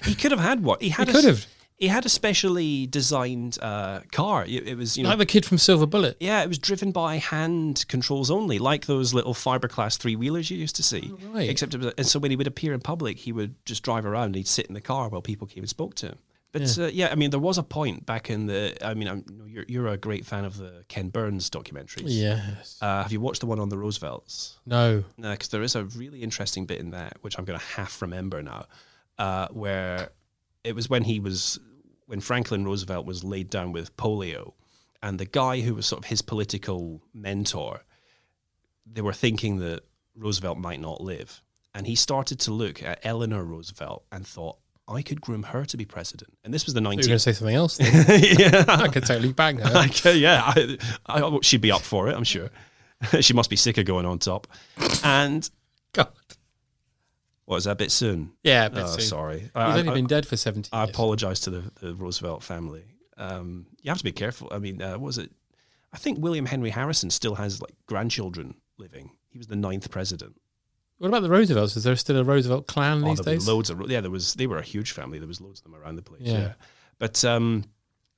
He could have had what? He had He a s- could have. He had a specially designed uh, car. It, it was, you know, Like the kid from Silver Bullet. Yeah, it was driven by hand controls only, like those little fiberglass three wheelers you used to see. right. Except, it was, and so when he would appear in public, he would just drive around. and He'd sit in the car while people came and spoke to him. But yeah, uh, yeah I mean, there was a point back in the. I mean, I'm, you're you're a great fan of the Ken Burns documentaries. Yes. Uh, have you watched the one on the Roosevelts? No. No, because there is a really interesting bit in that which I'm going to half remember now, uh, where it was when he was when Franklin Roosevelt was laid down with polio, and the guy who was sort of his political mentor, they were thinking that Roosevelt might not live, and he started to look at Eleanor Roosevelt and thought. I could groom her to be president, and this was the You're going to 19th. say something else. Then. yeah, I could totally bang her. like, uh, yeah, I, I, she'd be up for it, I'm sure. she must be sick of going on top. And God. What is that? A bit soon. Yeah, a bit oh, soon. Sorry. He's He's only been dead for 70 I years. apologize to the, the Roosevelt family. Um, you have to be careful. I mean, uh, what was it? I think William Henry Harrison still has like grandchildren living. He was the ninth president. What about the Roosevelts? Is there still a Roosevelt clan Oh, these there'll be days? loads of yeah. There was they were a huge family. There was loads of them around the place. Yeah. Yeah, but um,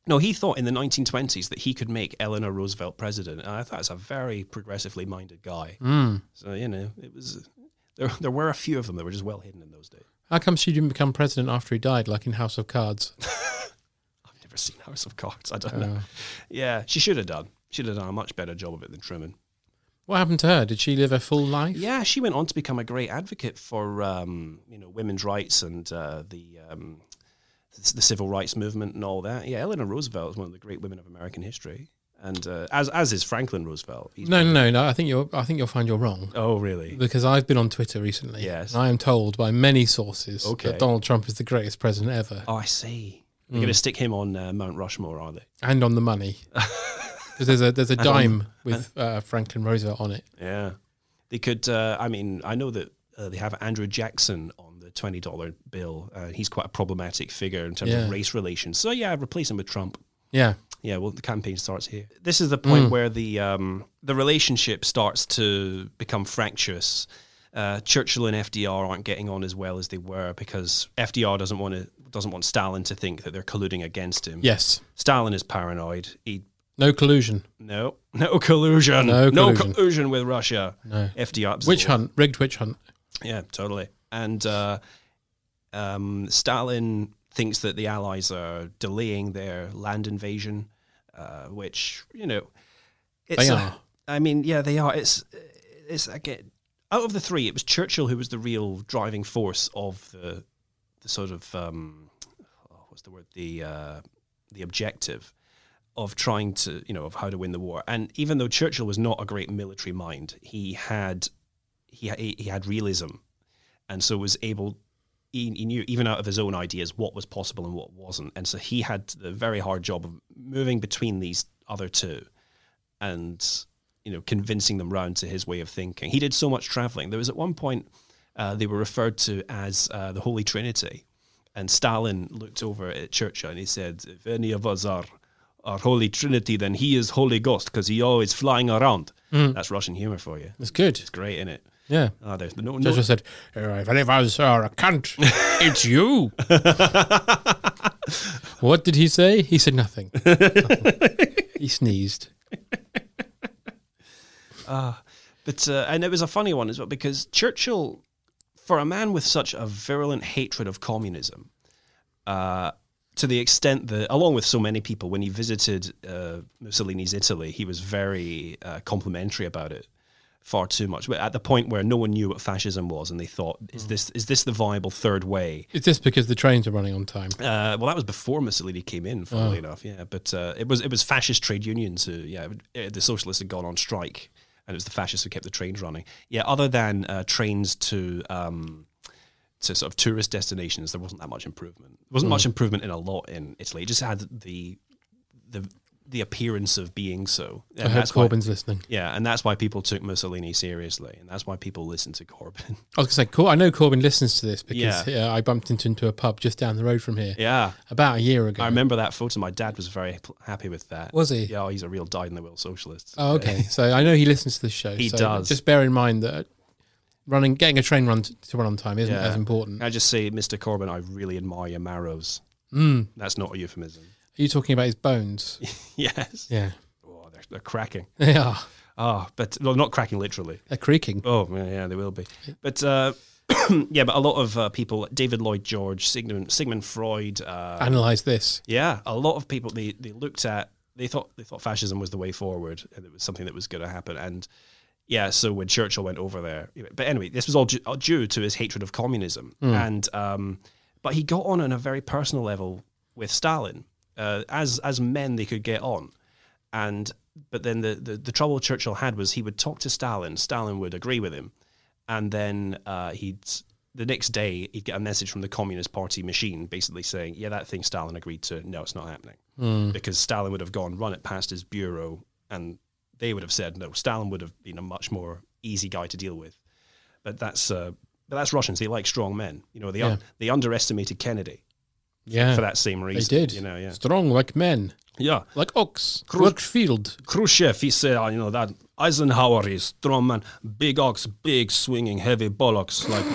no, he thought in the 1920s that he could make Eleanor Roosevelt president. And I thought it's a very progressively minded guy. Mm. So you know, it was there. There were a few of them that were just well hidden in those days. How come she didn't become president after he died, like in House of Cards? I've never seen House of Cards. I don't know. Yeah, she should have done. Should have done a much better job of it than Truman. What happened to her? Did she live a full life? Yeah, she went on to become a great advocate for um, you know women's rights and uh, the um, the civil rights movement and all that. Yeah, Eleanor Roosevelt is one of the great women of American history, and uh, as as is Franklin Roosevelt. He's No, no, no, no. I think you're. I think you'll find you're wrong Oh, really? because I've been on Twitter recently. Yes. and I am told by many sources Okay. that Donald Trump is the greatest president ever, Oh, I see. They're going to stick him on uh, Mount Rushmore, are they? and on the money. Because there's a there's a dime with uh, Franklin Roosevelt on it. Yeah, they could. Uh, I mean, I know that uh, they have Andrew Jackson on the twenty dollar bill. Uh, he's quite a problematic figure in terms Yeah. of race relations. So yeah, replace him with Trump. Yeah. Yeah, well, the campaign starts here. This is the point where the um, the relationship starts to become fractious. Uh, Churchill and FDR aren't getting on as well as they were because FDR doesn't want to doesn't want Stalin to think that they're colluding against him. Yes. Stalin is paranoid. He No collusion. no no collusion No collusion. collusion, with Russia. No FDR Witch hunt. Rigged witch hunt. yeah, totally. And uh, um, Stalin thinks that the Allies are delaying their land invasion, uh, which you know, it's They a- are. I mean, yeah, they are. It's it's again out of the three, it was Churchill who was the real driving force of the the sort of um, oh, what's the word the uh, the objective of trying to you know of how to win the war. And even though Churchill was not a great military mind, he had he he he had realism, and so was able. He, he knew even out of his own ideas what was possible and what wasn't, and so he had the very hard job of moving between these other two, and you know convincing them round to his way of thinking. He did so much traveling. There was at one point uh, they were referred to as uh, the Holy Trinity, and Stalin looked over at Churchill and he said, "If any of us are are Holy Trinity, then he is Holy Ghost because he always flying around." That's Russian humor for you. It's good. It's great, isn't it? Yeah. Oh, there's no, no, Joshua said, "Uh, if any of us are a cunt, it's you. what did he say? He said nothing. he sneezed. But uh, and it was a funny one as well because Churchill, for a man with such a virulent hatred of communism, uh, to the extent that, along with so many people, when he visited uh, Mussolini's Italy, he was very uh, complimentary about it, far too much. But at the point where no one knew what fascism was, and they thought, "Is this is this the viable third way?" Is this because the trains are running on time? Uh, well, that was before Mussolini came in, funnily enough. Yeah, but uh, it was it was fascist trade unions who, yeah, eh, the socialists had gone on strike, and it was the fascists who kept the trains running. Yeah, other than uh, trains to um, to sort of tourist destinations, there wasn't that much improvement. There wasn't much improvement in a lot in Italy. It just had the the the appearance of being so. And I hope why- Corbyn's listening. yeah, and that's why people took Mussolini seriously, and that's why people listened to Corbyn. I was going to say, Cor- I know Corbyn listens to this because Yeah. uh, I bumped into, into a pub just down the road from here yeah. about a year ago. I remember that photo. My dad was very pl- happy with that. Was he? Yeah, oh, he's a real dyed in the will socialist. Oh, okay. so I know he listens to this show. He so does. Just bear in mind that running, getting a train run t- to run on time isn't Yeah. Uh, as important. Are I just say, Mr. Corbyn, I really admire your marrows. Hmm. That's not a euphemism. you talking about his bones? yes. yeah. Oh, they're, they're cracking. They are. Oh, but well, not cracking literally. They're creaking. Oh, yeah, yeah, they will be. But uh, yeah, but a lot of uh, people, David Lloyd George, Sigmund, Sigmund Freud, uh, Analyze this. Yeah, a lot of people they, they looked at they thought they thought fascism was the way forward and it was something that was going to happen and yeah, so when Churchill went over there, but anyway, this was all due, all due to his hatred of communism and um, but he got on on a very personal level with Stalin. Uh, as as men, they could get on, and but then the, the the trouble Churchill had was he would talk to Stalin, Stalin would agree with him, and then uh, he'd the next day he'd get a message from the Communist Party machine basically saying, "Yeah, that thing Stalin agreed to, no, it's not happening," Hmm. because Stalin would have gone run it past his bureau, and they would have said no. Stalin would have been a much more easy guy to deal with, but that's uh, but that's Russians. They like strong men. You know, they un- Yeah. they underestimated Kennedy Yeah. for that same They reason. did. You know, yeah, Strong like men, yeah. like ox, Cru- like field. Khrushchev, he said, uh, you know, that Eisenhower is strong man, big ox, big swinging, heavy bollocks, like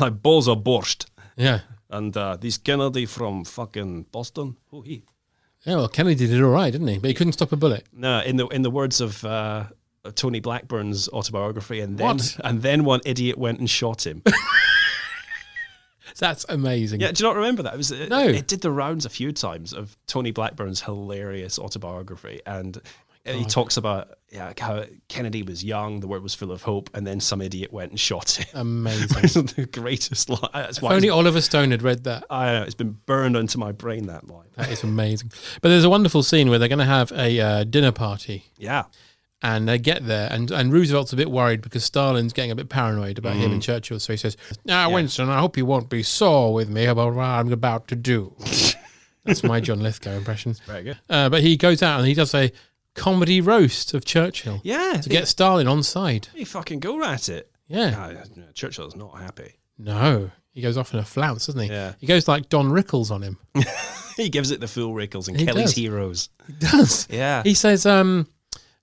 like balls of borscht. Yeah. And uh, this Kennedy from fucking Boston, Oh, who he? Yeah, well, Kennedy did all right, didn't he? But he couldn't stop a bullet. No, in the in the words of uh, Tony Blackburn's autobiography, and then What? and then one idiot went and shot him. That's amazing. yeah, do you not remember that? It was it, No. it did the rounds a few times of Tony Blackburn's hilarious autobiography, and Oh he talks about yeah, how Kennedy was young, the world was full of hope, and then some idiot went and shot him. Amazing. It's the greatest line. That's why Only it's, Oliver Stone had read that. I don't know, it's been burned into my brain that line. That is amazing. But there's a wonderful scene where they're going to have a uh, dinner party, Yeah. and they get there, and, and Roosevelt's a bit worried because Stalin's getting a bit paranoid about Mm-hmm. him and Churchill. So he says, "Now, Winston, I hope you won't be sore with me about what I'm about to do." That's my John Lithgow impression. Very good. Uh, but he goes out and he does a comedy roast of Churchill Yeah. to they, get Stalin on side. they fucking go at it. Yeah. No, no, Churchill's not happy. No. He goes off in a flounce, doesn't he? Yeah. He goes like Don Rickles on him. he gives it the full Rickles and He Kelly's does. Heroes. He does. Yeah. He says, um,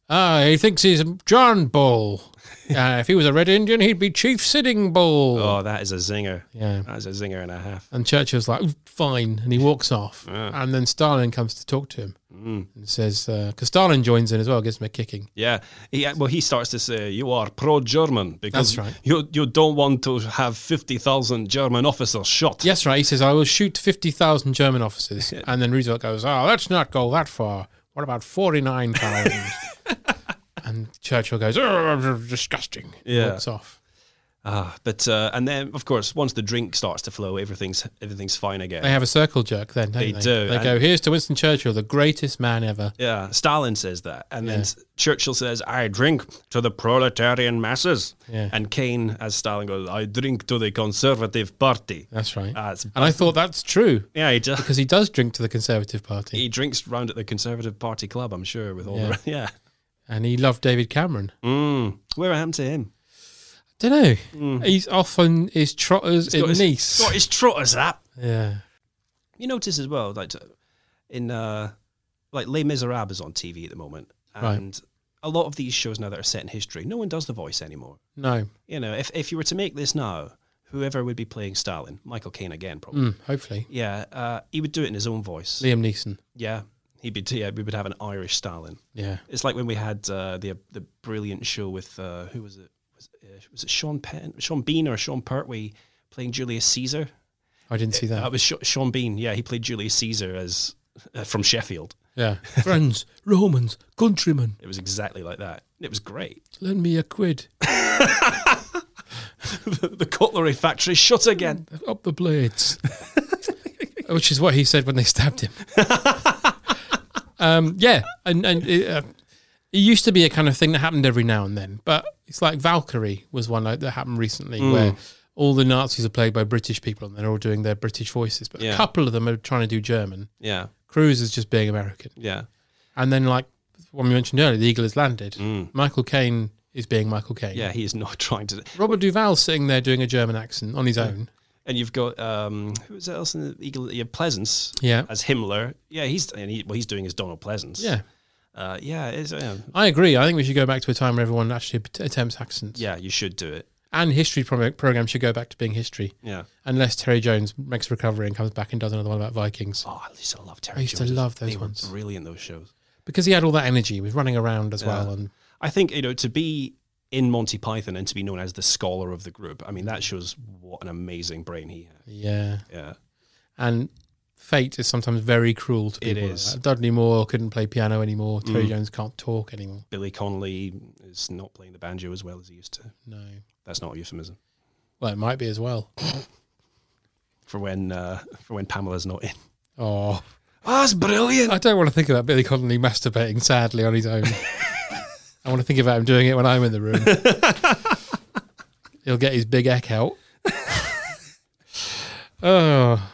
ah, he thinks he's John Bull. uh, if he was a Red Indian, he'd be Chief Sitting Bull. Oh, that is a zinger. Yeah. That is a zinger and a half. And Churchill's like, fine. And he walks off. And then Stalin comes to talk to him Mm. and says, because Stalin joins in as well, gives him a kicking. Yeah. He, uh, well, he starts to say, You are pro German because That's right. you, you don't want to have 50,000 German officers shot. Yes, right. He says, I will shoot 50,000 German officers. and then Roosevelt goes, oh, let's not go that far. What about 49,000? and Churchill goes, "Oh, disgusting. Yeah. Walks off. Ah, but, uh, and then, of course, once the drink starts to flow, everything's everything's fine again. They have a circle jerk then, don't they? They do, They and- go, here's to Winston Churchill, the greatest man ever. Yeah, Stalin says that, and then S- Churchill says, "I drink to the proletarian masses," Yeah. and Kane, as Stalin goes, "I drink to the Conservative Party." That's right. Ah, it's- and I thought that's true Yeah, he just because he does drink to the Conservative Party he drinks round at the Conservative Party club, I'm sure, with all Yeah. the yeah. and he loved David Cameron. Mm. Where happened to him? don't know. He's off on his trotters in Mm. got his, Nice. got his trotters up. yeah. You notice as well, like to- in uh, like Les Miserables is on TV at the moment, Right. and a lot of these shows now that are set in history, no one does the voice anymore. No. You know, if if you were to make this now, whoever would be playing Stalin, Michael Caine again, probably. Mm, hopefully. Yeah, uh, he would do it in his own voice. Liam Neeson. Yeah, he'd be. Yeah, we would have an Irish Stalin. Yeah. It's like when we had uh, the the brilliant show with uh, who was it? Was it, uh, was it Sean Penn, Sean Bean, or Sean Pertwee playing Julius Caesar? I didn't see that. That was Sh- Sean Bean. Yeah, he played Julius Caesar as uh, from Sheffield. yeah. Friends, Romans, countrymen, It was exactly like that. It was great. lend me a quid. the cutlery factory shut again. Up the blades. Which is what he said when they stabbed him. um, yeah. And, and it, uh, it used to be a kind of thing that happened every now and then, but it's like Valkyrie was one like, that happened recently Hmm. where all the Nazis are played by British people and they're all doing their British voices, but Yeah. a couple of them are trying to do German. Yeah, Cruz is just being American. yeah, And then, like when we mentioned earlier, the Eagle has landed. Michael Caine is being Michael Caine. Hmm. yeah. He is not trying to. Robert Duvall's sitting there doing a German accent on his own. And you've got um, who was else in the Eagle? Yeah, Pleasance. Yeah. as Himmler. Yeah, he's and he, well, he's doing his Donald Pleasance. Yeah. uh, yeah, it's, uh, I agree. I think we should go back to a time where everyone actually att- attempts accents. yeah. You should do it. And history pro- program should go back to being history, Yeah. unless Terry Jones makes recovery and comes back and does another one about Vikings, Oh, I used to love Terry. I used to Jones. love those they ones. Were brilliant those shows. because he had all that energy. He was running around as well. Yeah. And I think you know to be in Monty Python and to be known as the scholar of the group. I mean, that shows what an amazing brain he had. yeah, Yeah. and fate is sometimes very cruel to It people. like is. Mm. that. Dudley Moore couldn't play piano anymore. Terry Jones can't talk anymore. Billy Connolly is not playing the banjo as well as he used to. No. That's not a euphemism Well, it might be as well. for when uh, for when Pamela's not in. Oh, Oh, that's brilliant. I don't want to think about Billy Connolly masturbating sadly on his own. I want to think about him doing it when I'm in the room. He'll get his big eck out. oh.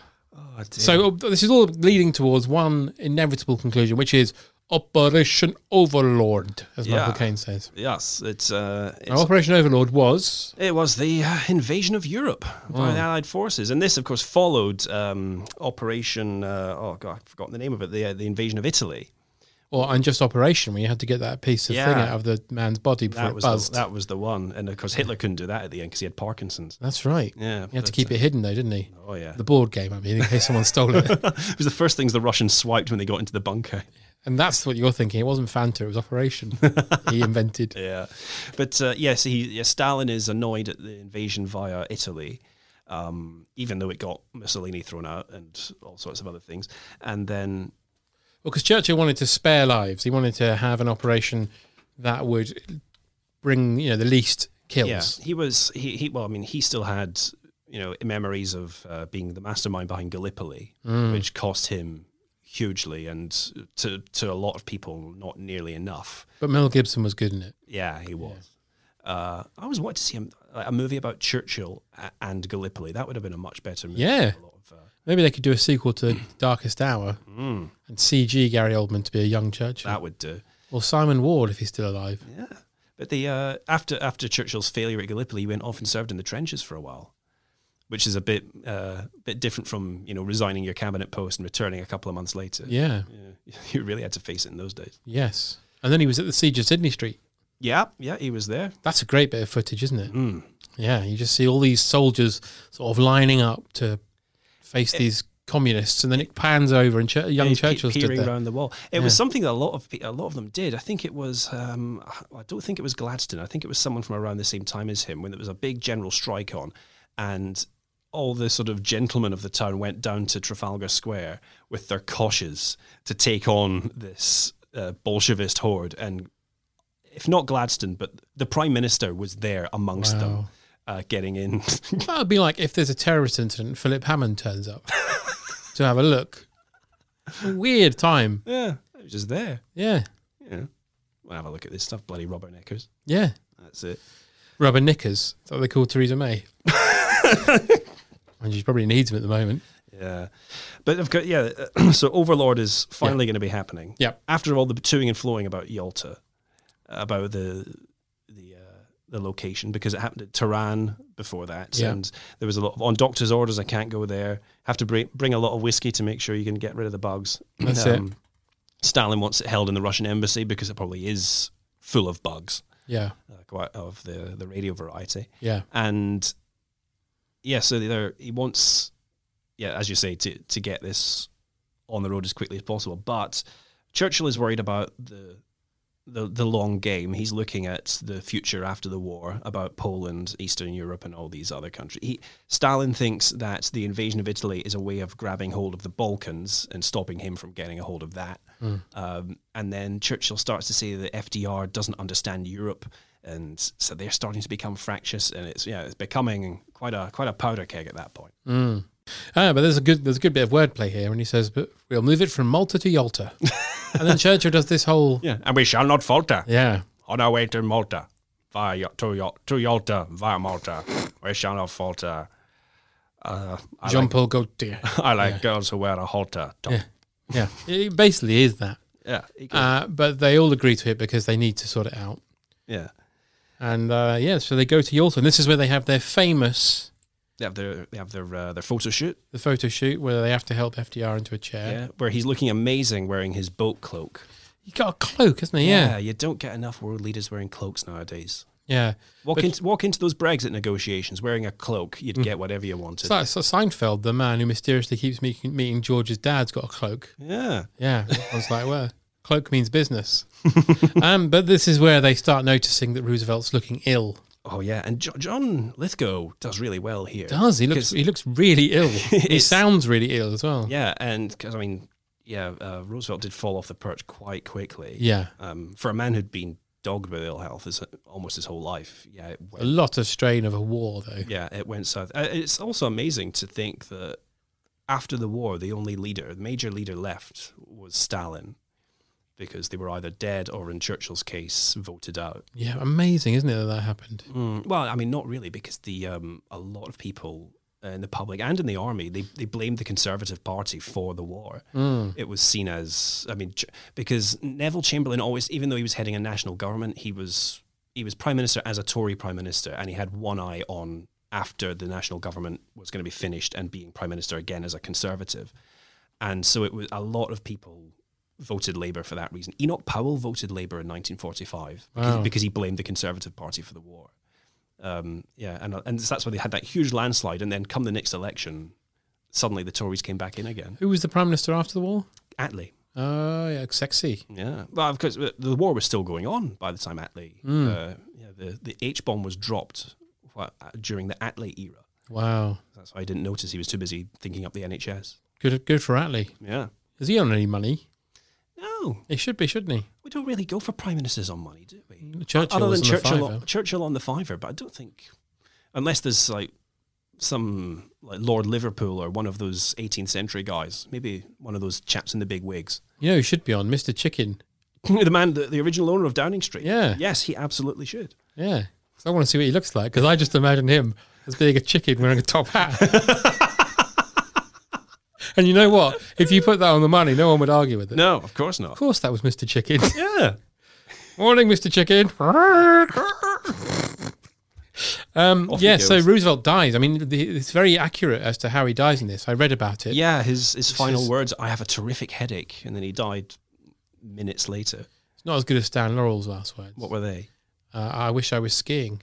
so uh, this is all leading towards one inevitable conclusion, which is Operation Overlord, as Yeah. Michael Caine says. Yes, it's uh, Now, it's Operation Overlord was It was the uh, invasion of Europe by the Allied forces, and this, of course, followed um, Operation. Uh, oh God, I've forgotten the name of it. The uh, the invasion of Italy. or and just Operation, where you had to get that piece of thing Yeah. out of the man's body before That it was buzzed. the, that was the one, and of course Hitler couldn't do that at the end because he had Parkinson's. That's right. Yeah, He had to but, uh, keep it hidden though, didn't he? Oh yeah, The board game, I mean, in case someone stole it. it was the first things the Russians swiped when they got into the bunker. And that's what you're thinking. It wasn't Fanta, it was Operation. he invented. Yeah, but uh, yes, he yeah, Stalin is annoyed at the invasion via Italy, um, even though it got Mussolini thrown out and all sorts of other things, and then Well, because Churchill wanted to spare lives. He wanted to have an operation that would bring, you know, the least kills. Yeah, he was. He, he well, I mean, he still had you know memories of uh, being the mastermind behind Gallipoli, which cost him hugely, and to to a lot of people, not nearly enough. But Mel Gibson was good in it. Yeah, he was. Uh, I always wanted to see him like, a movie about Churchill a- and Gallipoli. That would have been a much better movie. Yeah. than a lot of, uh, Maybe they could do a sequel to Darkest Hour and CG Gary Oldman to be a young Churchill. Mm. that would do. or Simon Ward if he's still alive. Yeah. But the uh, after after Churchill's failure at Gallipoli, he went off and served in the trenches for a while, which is a bit uh, bit different from you know resigning your cabinet post and returning a couple of months later. Yeah. Yeah. You really had to face it in those days. Yes. And then he was at the siege of Sydney Street. Yeah, yeah, he was there. That's a great bit of footage, isn't it? Hmm. Yeah, you just see all these soldiers sort of lining up to face these communists, and then it pans over, and Chur young Eh. Yeah, pe- Churchill stood peering there. around the wall. It was something that a lot of pe- a lot of them did. I think it was um, I don't think it was Gladstone. I think it was someone from around the same time as him when there was a big general strike on, and all the sort of gentlemen of the town went down to Trafalgar Square with their coshes to take on this uh, Bolshevist horde. And if not Gladstone, but the prime minister was there amongst them, Wow. uh, getting in. That would be like if there's a terrorist incident, Philip Hammond turns up to have a look. Weird time. yeah, it was just there. Yeah. Yeah, we'll have a look at this stuff. Bloody Robert Neckers. Yeah. That's it. Rubber knickers. That's what they call Theresa May. and she probably needs them at the moment. Yeah, but I've got yeah. so Overlord is finally going to be happening. Yep. After all the toing and flowing about Yalta, about the the uh, the location because it happened at Tehran before that, Yeah. and there was a lot of, on doctor's orders. I can't go there. Have to bring bring a lot of whiskey to make sure you can get rid of the bugs. um, That's it. Stalin wants it held in the Russian embassy because it probably is full of bugs, Yeah. uh, quite of the the radio variety Yeah. and yeah, so there he wants, yeah, as you say, to to get this on the road as quickly as possible. But Churchill is worried about the the the long game. He's looking at the future after the war, about Poland, Eastern Europe, and all these other countries. He, Stalin thinks that the invasion of Italy is a way of grabbing hold of the Balkans and stopping him from getting a hold of that. Um, and then Churchill starts to say that FDR doesn't understand Europe, and so they're starting to become fractious, and it's yeah, it's becoming quite a quite a powder keg at that point. Ah, but there's a good there's a good bit of wordplay here when he says, "But we'll move it from Malta to Yalta," and then Churchill does this whole Yeah, and we shall not falter. yeah on our way to Malta, via Yo- to, Yo- to Yalta, via Malta. We shall not falter. Uh, I Jean like, Paul Gaultier. I like girls who wear a halter. Top. Yeah, yeah, it basically is that. yeah, Uh, but they all agree to it because they need to sort it out. yeah. And uh, yeah, so they go to Yalta, and this is where they have their famous They have their they have their uh, their photo shoot. the photo shoot where they have to help FDR into a chair. Yeah, where he's looking amazing wearing his boat cloak. He got a cloak, hasn't he? Yeah, yeah. you don't get enough world leaders wearing cloaks nowadays. Walk into walk into those Brexit negotiations wearing a cloak. You'd Mm. get whatever you wanted. It's like it's like Seinfeld, the man who mysteriously keeps meeting, meeting George's dad's got a cloak. yeah, Yeah, I was like, well, cloak means business. um, but this is where they start noticing that Roosevelt's looking ill. oh yeah, and jo- John Lithgow does really well here. Does he looks 'Cause- he looks really ill? he It's- sounds really ill as well. Yeah, and because I mean, yeah, uh, Roosevelt did fall off the perch quite quickly. Yeah. um, for a man who'd been dogged with ill health his, almost his whole life. Yeah, it A went, lot of strain of a war though. yeah, it went south. Uh, It's also amazing to think that after the war, the only leader, the major leader left, was Stalin, because they were either dead or, in Churchill's case, voted out. Yeah, amazing, isn't it that that happened? Mm, Well, I mean, not really, because the um, a lot of people uh, in the public and in the army they, they blamed the Conservative Party for the war. It was seen as, I mean, ch- because Neville Chamberlain always, even though he was heading a national government, he was he was prime minister as a Tory prime minister, and he had one eye on after the national government was going to be finished and being prime minister again as a Conservative, and so it was a lot of people. Voted Labour for that reason. Enoch Powell voted Labour in 1945 because, Wow. because he blamed the Conservative Party for the war um, yeah, and and that's why they had that huge landslide, and then come the next election, suddenly the Tories came back in again. Who was the prime minister after the war? Attlee, Oh yeah, sexy. yeah, well, of course, uh, the the war was still going on by the time Attlee, uh, yeah, the the H bomb was dropped wha- uh, during the Attlee era. Wow, That's why I didn't notice he was too busy thinking up the NHS. good good for Attlee. Yeah, Is he on any money? no, He should be, shouldn't we don't really go for prime ministers on money, do we? he? Mm, Churchill other was than on Churchill, the fiver. Churchill on the fiver, but I don't think unless there's like some like Lord Liverpool or one of those 18th century guys, maybe one of those chaps in the big wigs, You know, he should be on Mr. Chicken. the man, the, the original owner of Downing Street. Yeah. yes, he absolutely should. Yeah. So I want to see what he looks like because I just imagine him as being a chicken wearing a top hat. and you know what? If you put that on the money, no one would argue with it. No, of course Of not. course, that was Mr. Chicken. Yeah, Morning, Mr. Chicken. Um, Off he yeah, so goes. Roosevelt dies. I mean, the, it's very accurate as to how he dies in this. I read about it. Yeah, his his final is- words, I have a terrific headache, and then he died minutes later. It's not as good as Stan Laurel's last words. What were they? uh, I wish I was skiing.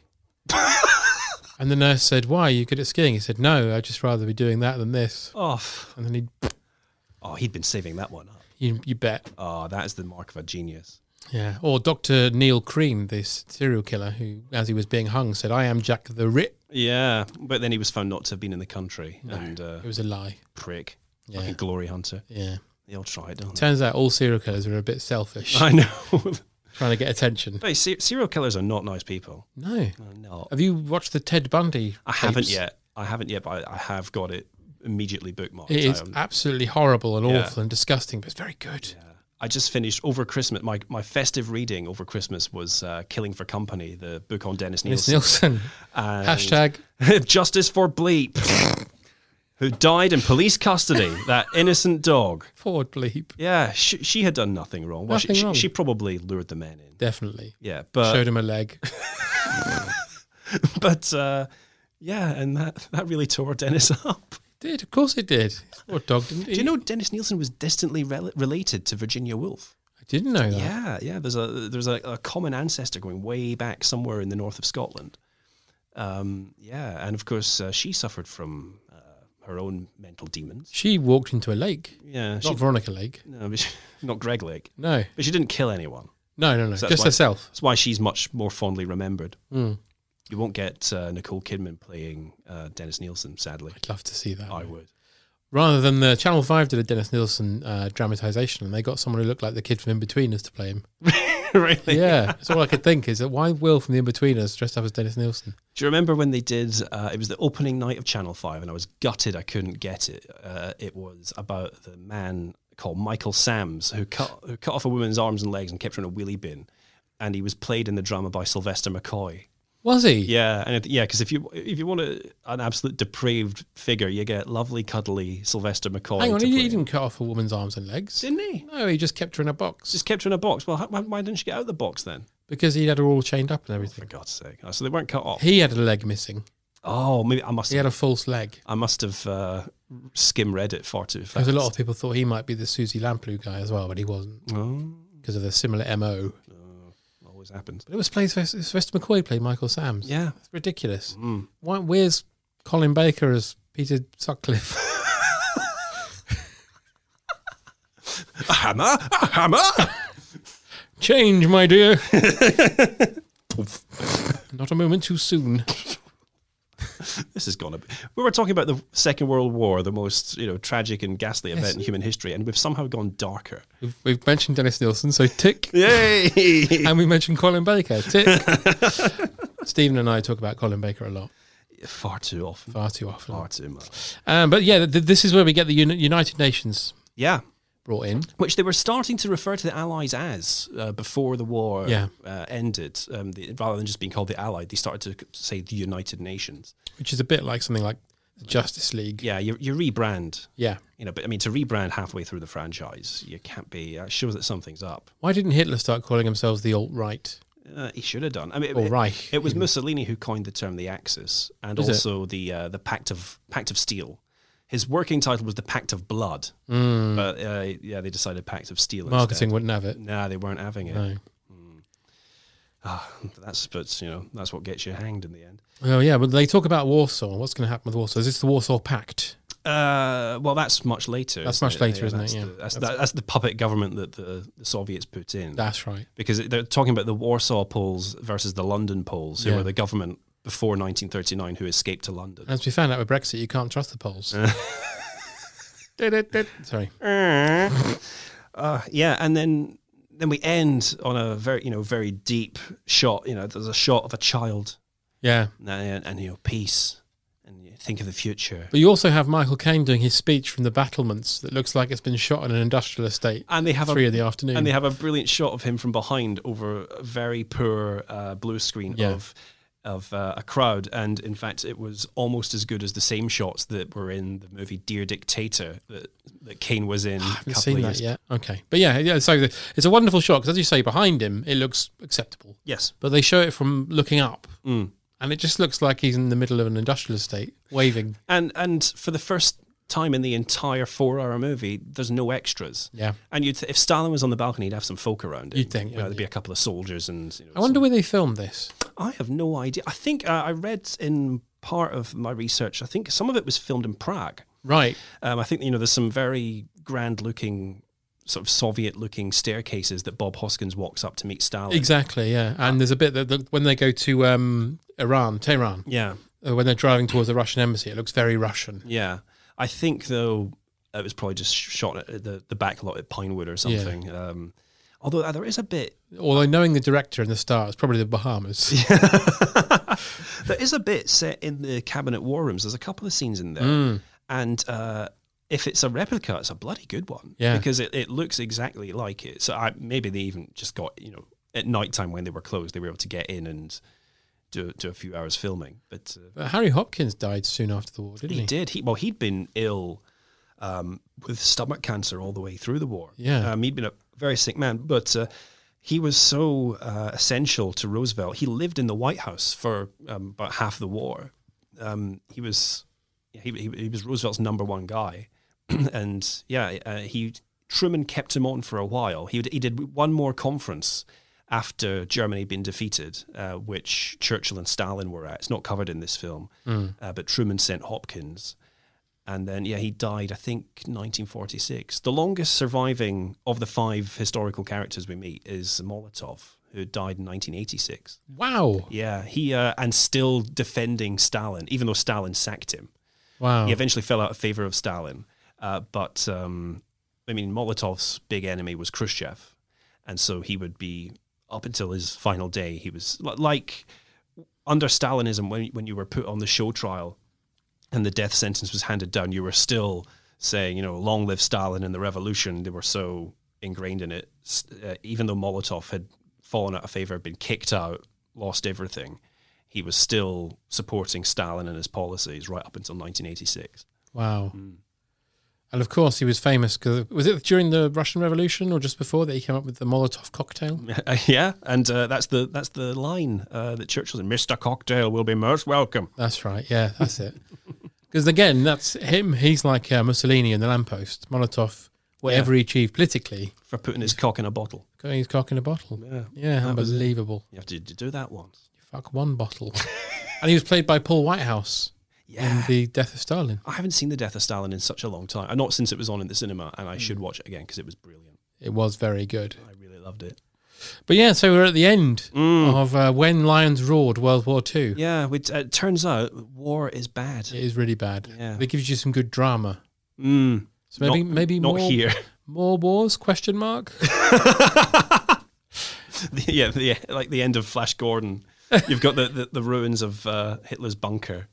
and the nurse said, Why? Are you good at skiing? He said, No, I'd just rather be doing that than this. Off. And then he, Oh, he'd been saving that one up. you, you bet. Oh, that is the mark of a genius. Yeah. Or Dr. Neil Cream, this serial killer who, as he was being hung, said, I am Jack the Rip. Yeah, but then he was found not to have been in the country, and uh, It was a lie. prick, Yeah. like a glory hunter. Yeah. They all try it, don't they? Turns out all serial killers are a bit selfish, I know. trying to get attention. but se- serial killers are not nice people. No. No, Have you watched the Ted Bundy? I haven't tapes? yet. I haven't yet, but I, I have got it immediately bookmarked. It is Um, absolutely horrible and Yeah. awful and disgusting, but it's very good. I just finished over Christmas. My, my festive reading over Christmas was uh, Killing for Company, the book on Dennis Miss Nielsen. Nielsen. And- Hashtag. Justice for Bleep, who died in police custody. that innocent dog. Forward bleep. Yeah, she, she had done nothing wrong. Well, she- Nothing she, wrong. She, probably lured the men in. Definitely. Yeah, but Showed him a leg. but uh, yeah, and that that really tore Dennis up. did. Of course it did. Poor dog, didn't he? Do you know Dennis Nielsen was distantly rel- related to Virginia Woolf? I didn't know that. Yeah, yeah. There's a there's a, a common ancestor going way back somewhere in the north of Scotland. Um, yeah, and of course uh, she suffered from uh, her own mental demons. She walked into a lake. Yeah, Not she, Veronica Lake. no, but she- not Greg Lake, No. but she didn't kill anyone. No, no, no. So that's Just why- herself. That's why she's much more fondly remembered. Mm. You won't get uh, Nicole Kidman playing uh, Dennis Nielsen, sadly. I'd love to see that. I would. Rather than the Channel 5 did a Dennis Nielsen uh, dramatization and they got someone who looked like the kid from Inbetweeners to play him. really? Yeah. That's all I could think is that why Will from the Inbetweeners dressed up as Dennis Nielsen? Do you remember when they did? Uh, it was the opening night of Channel Five, and I was gutted I couldn't get it. Uh, it was about the man called Michael Sams who cut who cut off a woman's arms and legs and kept her in a wheelie bin, and he was played in the drama by Sylvester McCoy. Was he? Yeah, and it, yeah, because if you if you want a, an absolute depraved figure, you get lovely, cuddly Sylvester McCoy. Hang on, to he, play he him. didn't cut off a woman's arms and legs. didn't he? No, he just kept her in a box Just kept her in a box. Well, how, why- why didn't she get out of the box then? because he had her all chained up and For everything. God's sake! Oh, so they weren't cut off. He had a leg missing. oh, maybe I must. He had Have, a false leg. I must have uh, skim read it far too Because fast. a lot of people thought he might be the Susie Lamplugh guy as well, but he wasn't Oh, because of the similar MO. always happens. But it was played Sylvester McCoy played Michael Sams. Yeah. Mm. It's ridiculous. Why, where's Colin Baker as Peter Sutcliffe? A hammer? A hammer? Change, my dear. Not a moment too soon. this has gone a bit. We were talking about the Second World War, the most you know tragic and ghastly event in human history, and we've somehow gone darker. We've, we've mentioned Dennis Nielsen, so tick. Yay! And we mentioned Colin Baker, tick. Stephen and I talk about Colin Baker a lot, far too often. far too often. Far too much. Um, but yeah, th- this is where we get the Uni- United Nations Yeah. brought in. Which they were starting to refer to the Allies as uh, before the war Yeah. uh, ended, um, the, rather than just being called the Allied, they started to say the United Nations. which is a bit like something like the Justice League. Yeah, you, you rebrand, Yeah. you know, but I mean, to rebrand halfway through the franchise, you can't be. That shows that something's up. Why didn't Hitler start calling himself the alt right? Uh, he should have done. I mean, Or it, Reich, It was even. Mussolini who coined the term the Axis, and Is it? also the uh, the Pact of Pact of Steel. His working title was the Pact of Blood, but uh, yeah, they decided Pact of Steel. Hmm. Marketing wouldn't have it. Instead. Nah, they weren't having it. Hmm. No. Ah, that's but you know that's what gets you hanged in the end. Well, yeah, but they talk about Warsaw. What's going to happen with Warsaw? Is this the Warsaw Pact? Uh, well, that's much later. That's isn't much it? later, isn't that's it? Yeah. the, that's, that, that's the puppet government that the, the Soviets put in. That's right. because they're talking about the Warsaw Poles versus the London Poles, who Yeah. were the government before 1939 who escaped to London. As we found out with Brexit, you can't trust the polls. Sorry. Uh, yeah, and then then we end on a very you know very deep shot. You know, there's a shot of a child Yeah. and, and, and, you know peace, and you think of the future. But you also have Michael Caine doing his speech from the battlements that looks like it's been shot in an industrial estate. And they have three a, in the afternoon. and they have a brilliant shot of him from behind over a very poor uh, blue screen Yeah. of of uh, a crowd. And in fact, it was almost as good as the same shots that were in the movie Dear Dictator that that Kane was in. Ah, I haven't seen that yet. Okay. But yeah, yeah so the, it's a wonderful shot because, as you say, behind him, it looks acceptable. Yes. Mm. But they show it from looking up. And it just looks like he's in the middle of an industrial estate waving. And and for the first time in the entire four-hour movie, there's no extras. Yeah. And you'd if Stalin was on the balcony, he'd have some folk around him. You'd think, you know, wouldn't there'd be a couple of soldiers and. You know, I wonder where they filmed this. I have no idea. I think uh, I read in part of my research. I think some of it was filmed in Prague. Right. Um, I think you know there's some very grand-looking, sort of Soviet-looking staircases that Bob Hoskins walks up to meet Stalin. Exactly. Yeah. And there's a bit that that when they go to um, Iran, Tehran, Yeah. uh, when they're driving towards the Russian embassy, it looks very Russian. Yeah, I think though it was probably just shot at the the back lot at Pinewood or something. Um, although uh, there is a bit, Although knowing the director and the star, it's probably the Bahamas. there is a bit set in the cabinet war rooms. There's a couple of scenes in there, Mm. and. Uh, if it's a replica, it's a bloody good one. Yeah. Because it, it looks exactly like it. So I, maybe they even just got, you know, at night time when they were closed, they were able to get in and do, do a few hours filming. But uh, But Harry Hopkins died soon after the war, didn't he? He did. He well, he'd been ill um, with stomach cancer all the way through the war. Yeah. um, he'd been a very sick man, but uh, he was so uh, essential to Roosevelt. He lived in the White House for um, about half the war. Um, he was he, he, he was Roosevelt's number one guy, and yeah, uh, he Truman kept him on for a while. He he did one more conference. After Germany had been defeated, uh, which Churchill and Stalin were at, it's not covered in this film, uh, but Truman sent Hopkins, and then yeah, he died. I think 1946. The longest surviving of the five historical characters we meet is Molotov, who died in 1986. Wow. Yeah, he uh, and still defending Stalin, even though Stalin sacked him. Wow. He eventually fell out of favor of Stalin, uh, but um, I mean Molotov's big enemy was Khrushchev, and so he would be up until his final day. He was li- like under Stalinism when when you were put on the show trial and the death sentence was handed down, you were still saying, you know, long live Stalin and the revolution. They were so ingrained in it, S- uh, even though Molotov had fallen out of favor, been kicked out, lost everything. He was still supporting Stalin and his policies right up until 1986. Wow. And of course, he was famous because was it during the Russian Revolution or just before that he came up with the Molotov cocktail? yeah, and uh, that's the that's the line uh, that Churchill said, "Mr. Cocktail will be most welcome." That's right. Yeah, that's it. Because again, that's him. He's like uh, Mussolini in the lamppost. Molotov, whatever he achieved politically, For putting his cock in a bottle, got his cock in a bottle. Yeah, unbelievable. you have to d- do that once. Fuck one bottle. and he was played by Paul Whitehouse in Yeah. The Death of Stalin. I haven't seen the death of Stalin in such a long time. Uh, Not since it was on in the cinema, and I should watch it again because it was brilliant. It was very good. Mm. I really loved it. But yeah, so we're at the end Mm. of uh, When Lions Roared, World War Two. Yeah, which, uh, it turns out war is bad. It is really bad. Yeah. But It gives you some good drama. Mm, So maybe not, maybe not more, here. More wars? Question mark. The- yeah, the, like the end of Flash Gordon. You've got the, the, the ruins of uh, Hitler's bunker.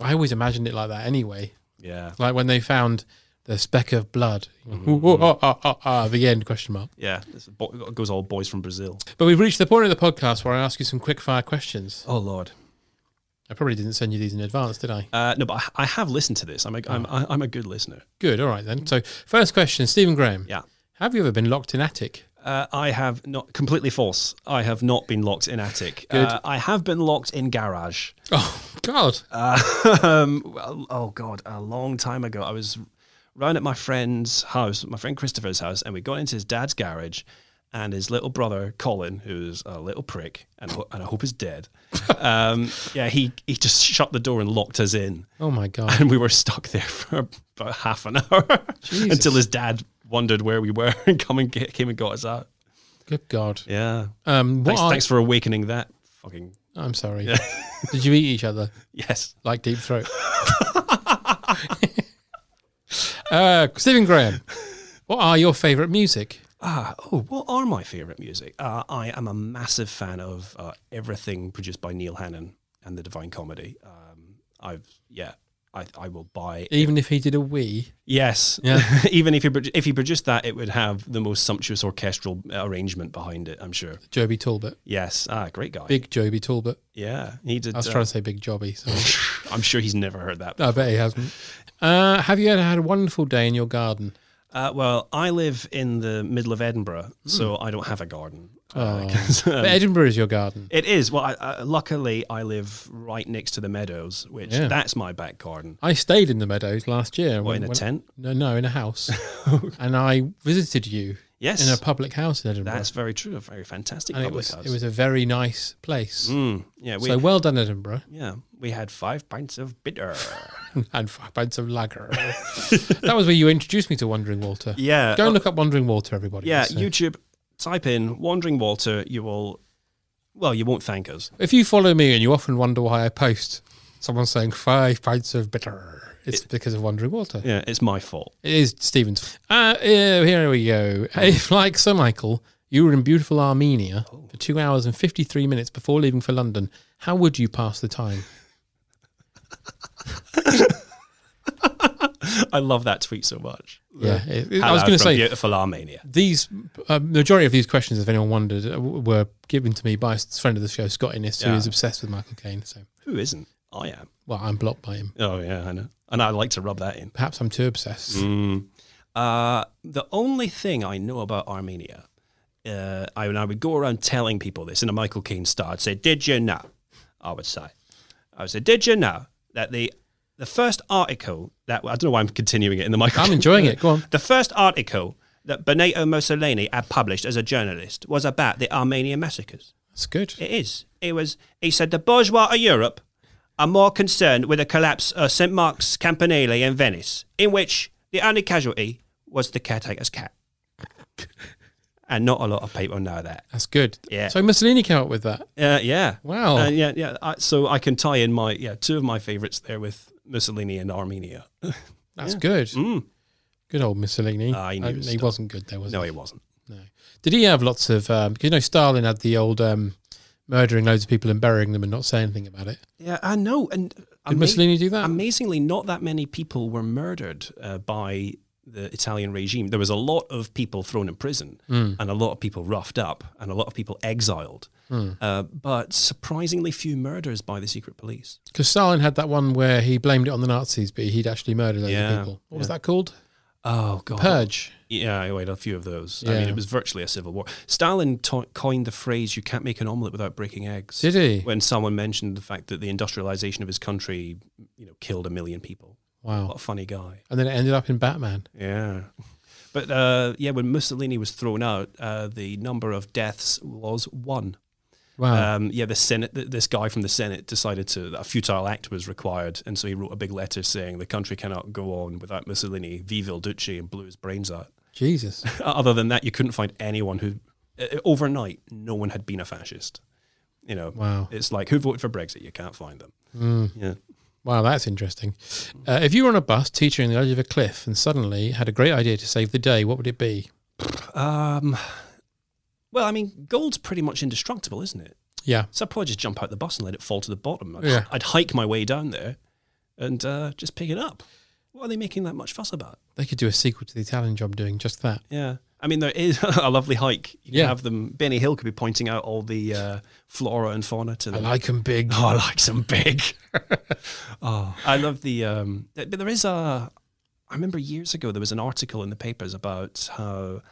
I always imagined it like that. Anyway, Yeah, like when they found the speck of blood. Ooh, Mm. ooh, ah, ah, ah, ah, the end? Question mark. yeah. It's a bo- it goes all boys from Brazil. But we've reached the point of the podcast where I ask you some quick fire questions. Oh Lord. I probably didn't send you these in advance, did I? Uh, no, but I, I have listened to this. I'm a, I'm, I- I'm a good listener. Good. All right then. So first question, Stephen Graham. Yeah. Have you ever been locked in attic? Uh, I have not completely false. I have not been locked in attic. Good. Uh, I have been locked in garage. Oh God. Uh, um, well, oh god, a long time ago, I was round at my friend's house, my friend Christopher's house, and we got into his dad's garage, and his little brother Colin, who's a little prick, and, ho- and I hope is dead. Um, yeah, he he just shut the door and locked us in, oh my God. and we were stuck there for about half an hour until his dad wondered where we were and come and get, came and got us out. Good God. Yeah, Um. What thanks, are- thanks for awakening that fucking I'm sorry. Did you eat each other? yes. like deep throat. uh, Stephen Graham, what are your favourite music? Ah, oh, what are my favourite music? Uh, I am a massive fan of uh, everything produced by Neil Hannon and the Divine Comedy. Um, I've yeah, I, I will buy. Even if he did a wee, Yes, Yeah. even if he produ- if he produced that, it would have the most sumptuous orchestral arrangement behind it. I'm sure. Joby Talbot, Yes, ah, great guy. big Joby Talbot. yeah, he did. I was uh, trying to say Oh. big Jobby. So I'm sure he's never heard that. I bet he hasn't. Uh, have you ever had a wonderful day in your garden? Uh, well, I live in the middle of Edinburgh, so I don't have a garden. Uh, 'cause, um, Hmm. Oh. But Edinburgh is your garden. it is. Well, I, I, luckily, I live right next to the meadows, which Yeah. that's my back garden. I stayed in the meadows last year. What, in a tent? No, no, in a house. and I visited you Yes. in a public house in Edinburgh. That's very true. A very fantastic and it public was, house. it was a very nice place. Mm, yeah, we, so well done, Edinburgh. yeah, we had five pints of bitter. and five pints of lager. that was where you introduced me to Wandering Walter. Yeah, Go and uh, look up Wandering Walter, everybody. yeah, It's, uh, YouTube. Type in Wandering Walter. You will. Well, you won't thank us. If you follow me and you often wonder why I post someone saying five pints of bitter, it's because of Wandering Walter. Yeah, it's my fault. It is Stevens. Uh, eh, here we go. If, like Sir Michael, you were in beautiful Armenia Oh. for two hours and 53 minutes before leaving for London, how would you pass the time? I love that tweet so much. Yeah, it- it- I Hello was going to from say beautiful Armenia. these uh, majority of these questions, if anyone wondered, uh, w- were given to me by a friend of the show, Scott Innes, who Yeah. is obsessed with Michael Caine. So, Who isn't? I am. well, I'm blocked by him. Oh yeah, I know. And I like to rub that in. Perhaps I'm too obsessed. Mm. Uh, the only thing I know about Armenia, uh, I, and I would go around telling people this in a Michael Caine style. I'd say, "Did you know?" I would say, "I would say, did you know that the the first article that I don't know why I'm continuing it in the Michael. I'm Caine- enjoying it. Go on. The first article that Benito Mussolini had published as a journalist was about the Armenian massacres. That's good. It is. It was. He said the bourgeois of Europe are more concerned with the collapse of St Mark's Campanile in Venice, in which the only casualty was the caretaker's cat. and not a lot of people know that. That's good. Yeah. So Mussolini came up with that. Uh, yeah. Wow. Uh, yeah, yeah. I, so I can tie in my yeah two of my favourites there with Mussolini and Armenia. That's good. Good old Mussolini. Mm. Uh, Ah, he knew his he stuff. wasn't good there, was no, he? he wasn't. No. Did he have lots of? Um, 'cause you know, Stalin had the old um, murdering loads of people and burying them and not saying anything about it. Yeah, I know. And did Mussolini do that? Amazingly, not that many people were murdered uh, by the Italian regime. There was a lot of people thrown in prison, Hmm. and a lot of people roughed up, and a lot of people exiled. Hmm. Uh, but surprisingly, few murders by the secret police. Because Stalin had that one where he blamed it on the Nazis, but he'd actually murdered loads Yeah, of people. What was that called? Oh God! Purge. Yeah, I had a few of those. I Yeah. mean, it was virtually a civil war. Stalin to coined the phrase "you can't make an omelette without breaking eggs." Did he? When someone mentioned the fact that the industrialization of his country, you know, killed a million people. What Wow. a funny guy. And then it ended up in Batman. Yeah. But uh, yeah, when Mussolini was thrown out, uh, the number of deaths was one. Wow. Um, yeah, the Senate, th- this guy from the Senate decided to that a futile act was required, and so he wrote a big letter saying the country cannot go on without Mussolini. Vive il Duce, and blew his brains out. Jesus. Other than that, you couldn't find anyone who uh, overnight no one had been a fascist. You know, Wow. it's like who voted for Brexit? You can't find them. Yeah. Wow, that's interesting. Uh, if you were on a bus teetering on the edge of a cliff and suddenly had a great idea to save the day, what would it be? Um, well, I mean, gold's pretty much indestructible, isn't it? Yeah. So I'd probably just jump out the bus and let it fall to the bottom. I'd, Yeah. I'd hike my way down there and uh, just pick it up. What are they making that much fuss about? They could do a sequel to the Italian job doing just that. Yeah. I mean, there is a lovely hike. You Yeah. can have them. Benny Hill could be pointing out all the uh, flora and fauna to I them. like 'em big. Oh, I like some big. oh, I love the. Um, th- but there is a. I remember years ago there was an article in the papers about how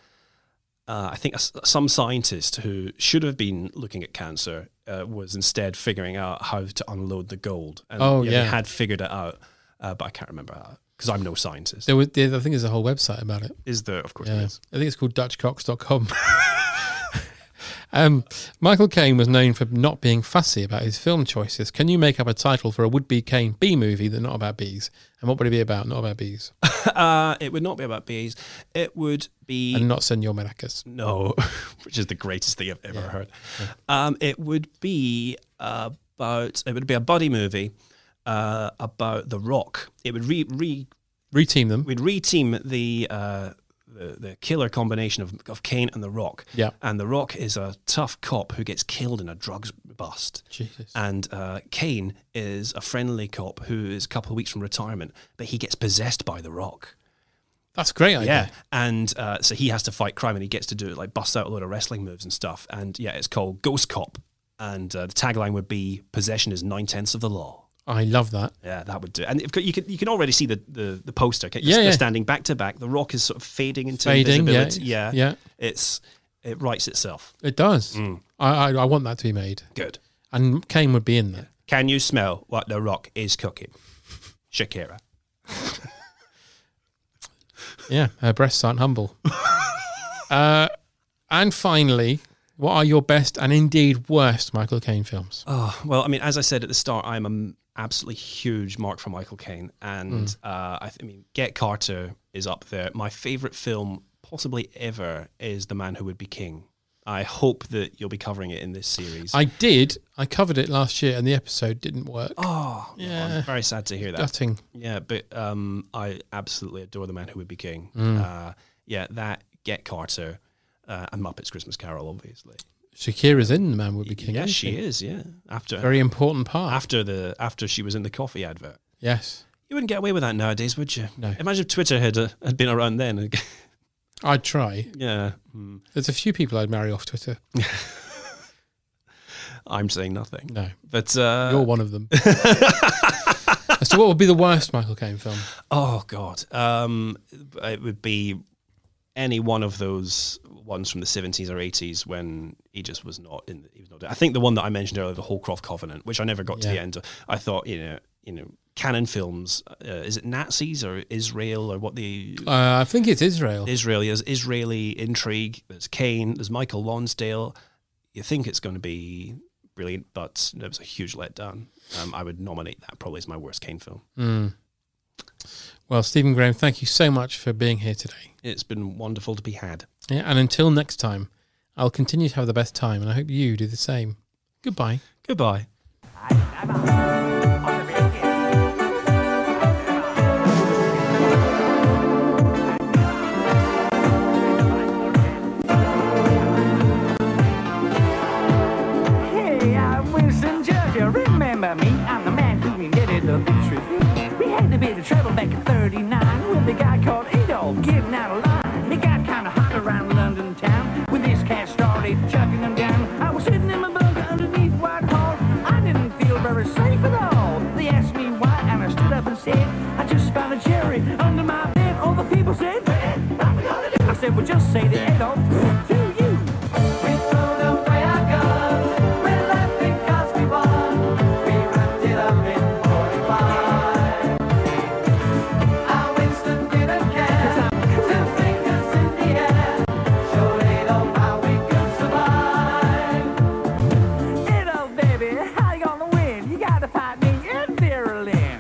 uh, I think s- some scientist who should have been looking at cancer uh, was instead figuring out how to unload the gold. And, Oh, yeah. they had figured it out, uh, but I can't remember that because I'm no scientist. There was, there, I think there's a whole website about it. Is there? Of course, there Yeah. is. I think it's called DutchCox.com. um, Michael Caine was known for not being fussy about his film choices. Can you make up a title for a would be Caine B movie that's not about bees? And what would it be about? Not about bees. Uh, it would not be about bees. It would be and not Senor Maracas. No, which is the greatest thing I've ever heard. Um, it would be about it would be a buddy movie uh, about the Rock. It would re, re Reteam them. we'd reteam the. Uh, the, the killer combination of, of Kane and The Rock. Yeah. And The Rock is a tough cop who gets killed in a drugs bust. Jesus. And uh, Kane is a friendly cop who is a couple of weeks from retirement, but he gets possessed by The Rock. That's a great idea. Yeah, and uh, so he has to fight crime, and he gets to do like bust out a load of wrestling moves and stuff. And yeah, it's called Ghost Cop, and uh, the tagline would be "Possession is nine tenths of the law." I love that. Yeah, that would do. And if, you can you can already see the the, the poster. Okay? Yeah, they're yeah. standing back to back. The Rock is sort of fading into Fading, yeah, invisibility. Yeah, yeah. It's it writes itself. It does. Mm. I, I I want that to be made, Good. and Kane would be in there. Can you smell what The Rock is cooking? Shakira. Yeah, her breasts aren't humble. uh, and finally, what are your best and indeed worst Michael Caine films? Oh, well, I mean, as I said at the start, I'm an absolutely huge mark for Michael Caine. Mm. And uh, I, th- I mean, Get Carter is up there. My favorite film, possibly ever, is The Man Who Would Be King. I hope that you'll be covering it in this series. I did. I covered it last year, and the episode didn't work. oh, I'm very sad to hear that. Gutting. Yeah, but um, I absolutely adore the man who would be king. Mm. Uh, yeah, that Get Carter uh, and Muppets Christmas Carol, obviously. Shakira's in The Man Would Be King. yeah, isn't she is. Yeah, after Very important part. after the after she was in the coffee advert. yes. You wouldn't get away with that nowadays, would you? No. Imagine if Twitter had uh, had been around then. I'd try. yeah, Hmm. There's a few people I'd marry off Twitter. I'm saying nothing. No, But uh, you're one of them. As to what would be the worst Michael Caine film? Oh God, um, it would be any one of those ones from the seventies or eighties when he just was not in. He was not. I think the one that I mentioned earlier, the Holcroft Covenant, which I never got to Yeah. the end. of. I thought, you know, you know, canon films. Uh, is it Nazis or Israel or what the Uh, I think it's Israel. Israel is Israeli intrigue? There's Kane. There's Michael Lonsdale. You think it's going to be brilliant, but it was a huge letdown. Um, I would nominate that probably as my worst Kane film. Well, Stephen Graham, thank you so much for being here today. It's been wonderful to be had. Yeah, and until next time, I'll continue to have the best time, and I hope you do the same. Goodbye. Goodbye. Hey, I'm Winston Churchill. Remember me? I'm the man who invented the picture thing. We had a bit of trouble back in 39 with a guy called Adolf getting out of line. It got kind of hot around London town when this cat started chucking them down. I was sitting in my bunker underneath Whitehall. I didn't feel very safe at all. They asked me why, and I stood up and said, I just found a cherry under my bed. All the people said, Fred, what we gonna do? I said, well, just say the Adolf to you. We throw away our guns. We left because we won. We wrapped it up in 45. Our Winston didn't care. Two fingers in the air. Showed Adolf how we could survive. Adolf, baby, how you gonna win? You gotta fight me in Berlin.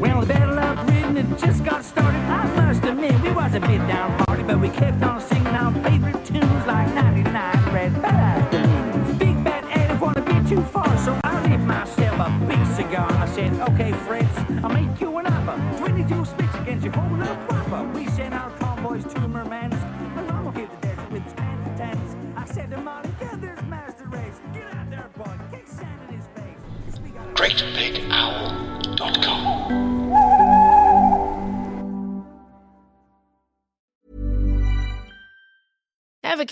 Well, the battle of Britain had just got started. I must admit, we was a bit downhearted, but we kept on singing our favorite tunes like 99 Red Balloons. Big Bad Eddie wanted to be too far, so I lit myself a big cigar. I said, okay, Fritz, I'll make you an offer. 22 spits against your whole little proper. We sent our convoys to Murmansk, along with the desert with his pants and tans. I said to Monty, get this master race. Get out there, boy. Kick sand in his face. 'Cause we got a- GreatBigOwl.com. Ever